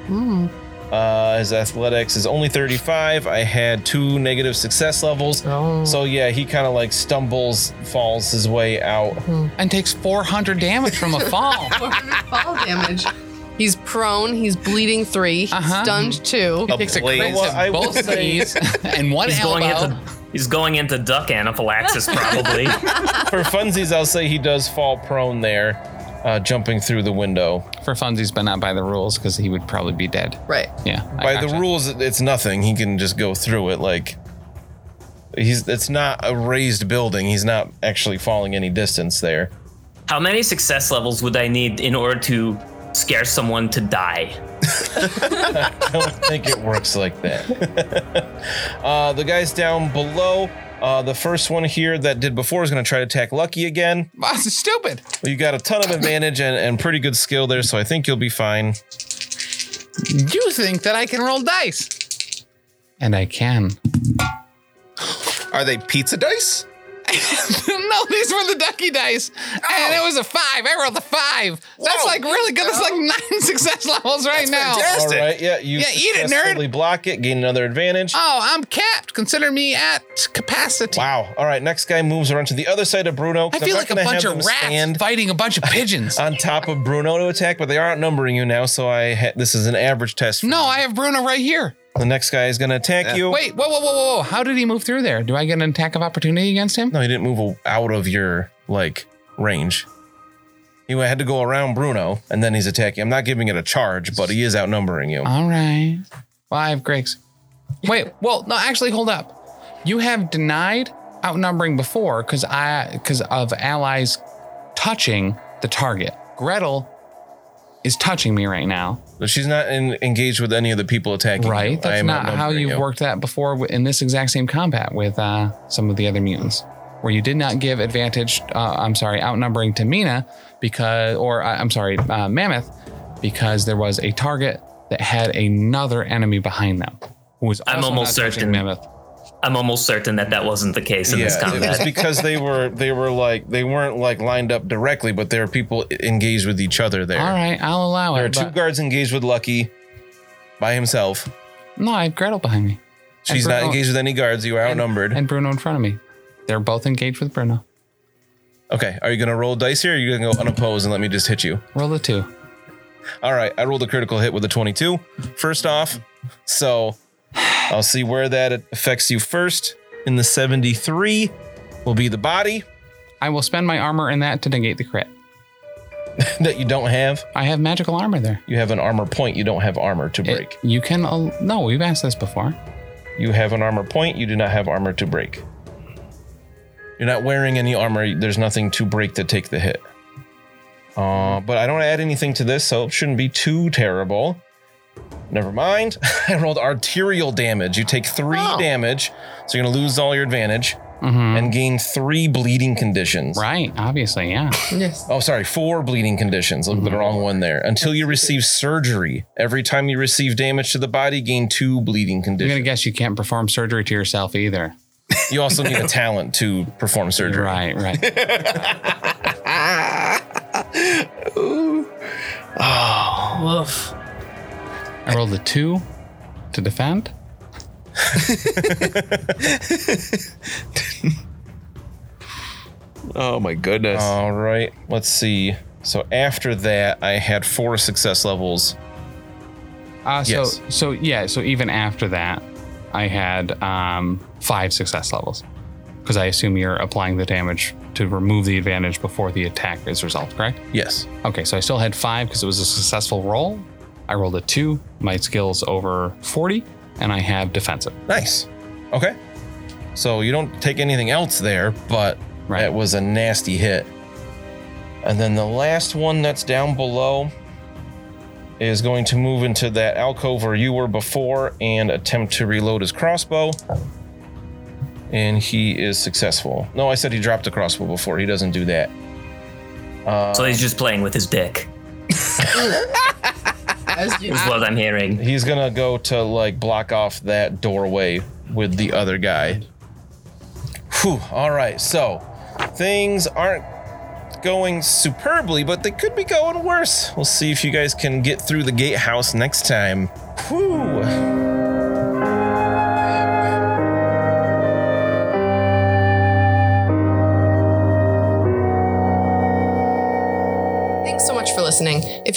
[SPEAKER 1] Uh, his athletics is only 35. I had two negative success levels.
[SPEAKER 2] Oh.
[SPEAKER 1] So yeah, he kind of like stumbles, falls his way out.
[SPEAKER 3] And takes 400 damage from a
[SPEAKER 1] [laughs]
[SPEAKER 3] fall.
[SPEAKER 2] 400 fall damage. [laughs] He's prone. He's bleeding 3 he's
[SPEAKER 3] Uh-huh.
[SPEAKER 2] Stunned two.
[SPEAKER 3] takes a
[SPEAKER 4] Blade.
[SPEAKER 3] crit
[SPEAKER 1] Well, I
[SPEAKER 3] to
[SPEAKER 1] would
[SPEAKER 3] both
[SPEAKER 1] say-
[SPEAKER 3] knees [laughs] and one
[SPEAKER 5] He's going
[SPEAKER 3] elbow.
[SPEAKER 5] into he's going into duck anaphylaxis probably.
[SPEAKER 1] For funsies, I'll say he does fall prone there, uh, jumping through the window.
[SPEAKER 3] For funsies, but not by the rules, because he would probably be dead.
[SPEAKER 2] Right.
[SPEAKER 3] Yeah. I
[SPEAKER 1] By the
[SPEAKER 3] gotcha.
[SPEAKER 1] rules, it- it's nothing. He can just go through it. Like he's it's not a raised building. He's not actually falling any distance there.
[SPEAKER 5] How many success levels would I need in order to scare someone to die?
[SPEAKER 1] I don't think it works like that. [laughs] uh, the guys down below. Uh, the first one here that did before is going to try to attack Lucky again.
[SPEAKER 3] Wow, this is stupid.
[SPEAKER 1] You got a ton of advantage and, and pretty good skill there, so I think you'll be fine.
[SPEAKER 3] You think that I can roll dice? And I can.
[SPEAKER 4] Are they pizza dice?
[SPEAKER 3] [laughs] no, these were the ducky dice. And it was a five. I rolled a five. That's
[SPEAKER 4] Whoa.
[SPEAKER 3] like really good. That's like nine [laughs] success levels right now.
[SPEAKER 4] fantastic.
[SPEAKER 1] All
[SPEAKER 4] Missed it.
[SPEAKER 1] right, yeah, you
[SPEAKER 3] Yeah, eat it, nerd.
[SPEAKER 1] successfully block it, gain another advantage.
[SPEAKER 3] Oh, I'm capped. Consider me at capacity.
[SPEAKER 1] Wow. All right, next guy moves around to the other side of Bruno.
[SPEAKER 3] I
[SPEAKER 1] 'cause I'm
[SPEAKER 3] feel
[SPEAKER 1] not
[SPEAKER 3] like a
[SPEAKER 1] gonna
[SPEAKER 3] bunch
[SPEAKER 1] have
[SPEAKER 3] of
[SPEAKER 1] them
[SPEAKER 3] rats fighting a bunch of pigeons.
[SPEAKER 1] on top of Bruno to attack, but they are outnumbering you now, so I ha- this is an average test.
[SPEAKER 3] no, I have Bruno right here.
[SPEAKER 1] The next guy is going to attack you.
[SPEAKER 3] Wait, whoa, whoa, whoa, whoa, whoa. How did he move through there? Do I get an attack of opportunity against him?
[SPEAKER 1] No, he didn't move out of your like range. He had to go around Bruno, and then he's attacking. I'm not giving it a charge, but he is outnumbering you.
[SPEAKER 3] All right. Well, I have Greg's. Wait, well, no, actually, hold up. You have denied outnumbering before because I because of allies touching the target. Gretel is touching me right now,
[SPEAKER 1] But she's not in, engaged with any of the people attacking. you.
[SPEAKER 3] right?
[SPEAKER 1] I
[SPEAKER 3] That's
[SPEAKER 1] am
[SPEAKER 3] not how
[SPEAKER 1] outnumbering
[SPEAKER 3] you've worked that before wi- in this exact same combat with uh, some of the other mutants, where you did not give advantage. Uh, I'm sorry, outnumbering to Mina because, or uh, I'm sorry, uh, Mammoth, because there was a target that had another enemy behind them who was.
[SPEAKER 5] I'm
[SPEAKER 3] also
[SPEAKER 5] almost
[SPEAKER 3] not touching
[SPEAKER 5] certain.
[SPEAKER 3] Mammoth.
[SPEAKER 5] I'm almost certain that that wasn't the case in this
[SPEAKER 1] Yeah, it was
[SPEAKER 5] combat.
[SPEAKER 1] because they were they were like they weren't like lined up directly, but there were people engaged with each other there.
[SPEAKER 3] All right, I'll allow
[SPEAKER 1] There are
[SPEAKER 3] it.
[SPEAKER 1] two
[SPEAKER 3] but-
[SPEAKER 1] guards engaged with Lucky by himself.
[SPEAKER 3] no, I have Gretel behind me
[SPEAKER 1] She's
[SPEAKER 3] And
[SPEAKER 1] not
[SPEAKER 3] Bruno-
[SPEAKER 1] engaged with any guards. You are outnumbered.
[SPEAKER 3] and Bruno in front of me. They're both engaged with Bruno.
[SPEAKER 1] okay, are you gonna roll dice here? Or are you gonna go unopposed and let me just hit you?
[SPEAKER 3] Roll the two.
[SPEAKER 1] All right, I rolled a critical hit with a 22. First off, so I'll see where that affects you first. In the 73 will be the body
[SPEAKER 3] I will spend my armor in that to negate the crit.
[SPEAKER 1] that you don't have.
[SPEAKER 3] I have magical armor there.
[SPEAKER 1] You have an armor point. You don't have armor to
[SPEAKER 3] It-
[SPEAKER 1] break.
[SPEAKER 3] you can. al- no, we've asked this before.
[SPEAKER 1] You have an armor point. You do not have armor to break. You're not wearing any armor. There's nothing to break to take the hit. Uh, but I don't add anything to this, so it shouldn't be too terrible. Never mind. [laughs] I rolled arterial damage. You take three
[SPEAKER 3] Oh.
[SPEAKER 1] damage, so you're gonna lose all your advantage and gain three bleeding conditions.
[SPEAKER 3] Mm-hmm. Right, obviously, yeah.
[SPEAKER 2] Yes.
[SPEAKER 1] Oh, sorry, four bleeding conditions. Look at the wrong one there. Until you receive surgery, every time you receive damage to the body, gain two bleeding
[SPEAKER 3] I'm
[SPEAKER 1] conditions.
[SPEAKER 3] gonna guess you can't perform surgery to yourself either.
[SPEAKER 1] You also
[SPEAKER 3] [laughs]
[SPEAKER 1] need a talent to perform surgery.
[SPEAKER 3] Right,
[SPEAKER 1] [laughs]
[SPEAKER 3] right.
[SPEAKER 5] Woof.
[SPEAKER 3] I rolled a two to defend.
[SPEAKER 4] Oh my goodness.
[SPEAKER 1] All right. Let's see. So after that, I had four success levels.
[SPEAKER 3] Uh, so,
[SPEAKER 1] Yes.
[SPEAKER 3] so yeah, so even after that, I had um, five success levels because I assume you're applying the damage to remove the advantage before the attack is resolved, correct?
[SPEAKER 1] Yes.
[SPEAKER 3] Okay, so I still had five because it was a successful roll. I rolled a two. My skill's over 40, and I have defensive.
[SPEAKER 1] Nice. Okay. So you don't take anything else there, but
[SPEAKER 3] Right.
[SPEAKER 1] that was a nasty hit. And then the last one that's down below is going to move into that alcove where you were before and attempt to reload his crossbow. And he is successful. No, I said he dropped the crossbow before. He doesn't do that.
[SPEAKER 5] So he's just playing with his dick,
[SPEAKER 2] As you
[SPEAKER 5] is what I'm hearing.
[SPEAKER 1] He's gonna go to like block off that doorway with the other guy. Whew, all right, so things aren't going superbly, but they could be going worse. We'll see if you guys can get through the gatehouse next time. Whew.
[SPEAKER 2] Thanks so much for listening. If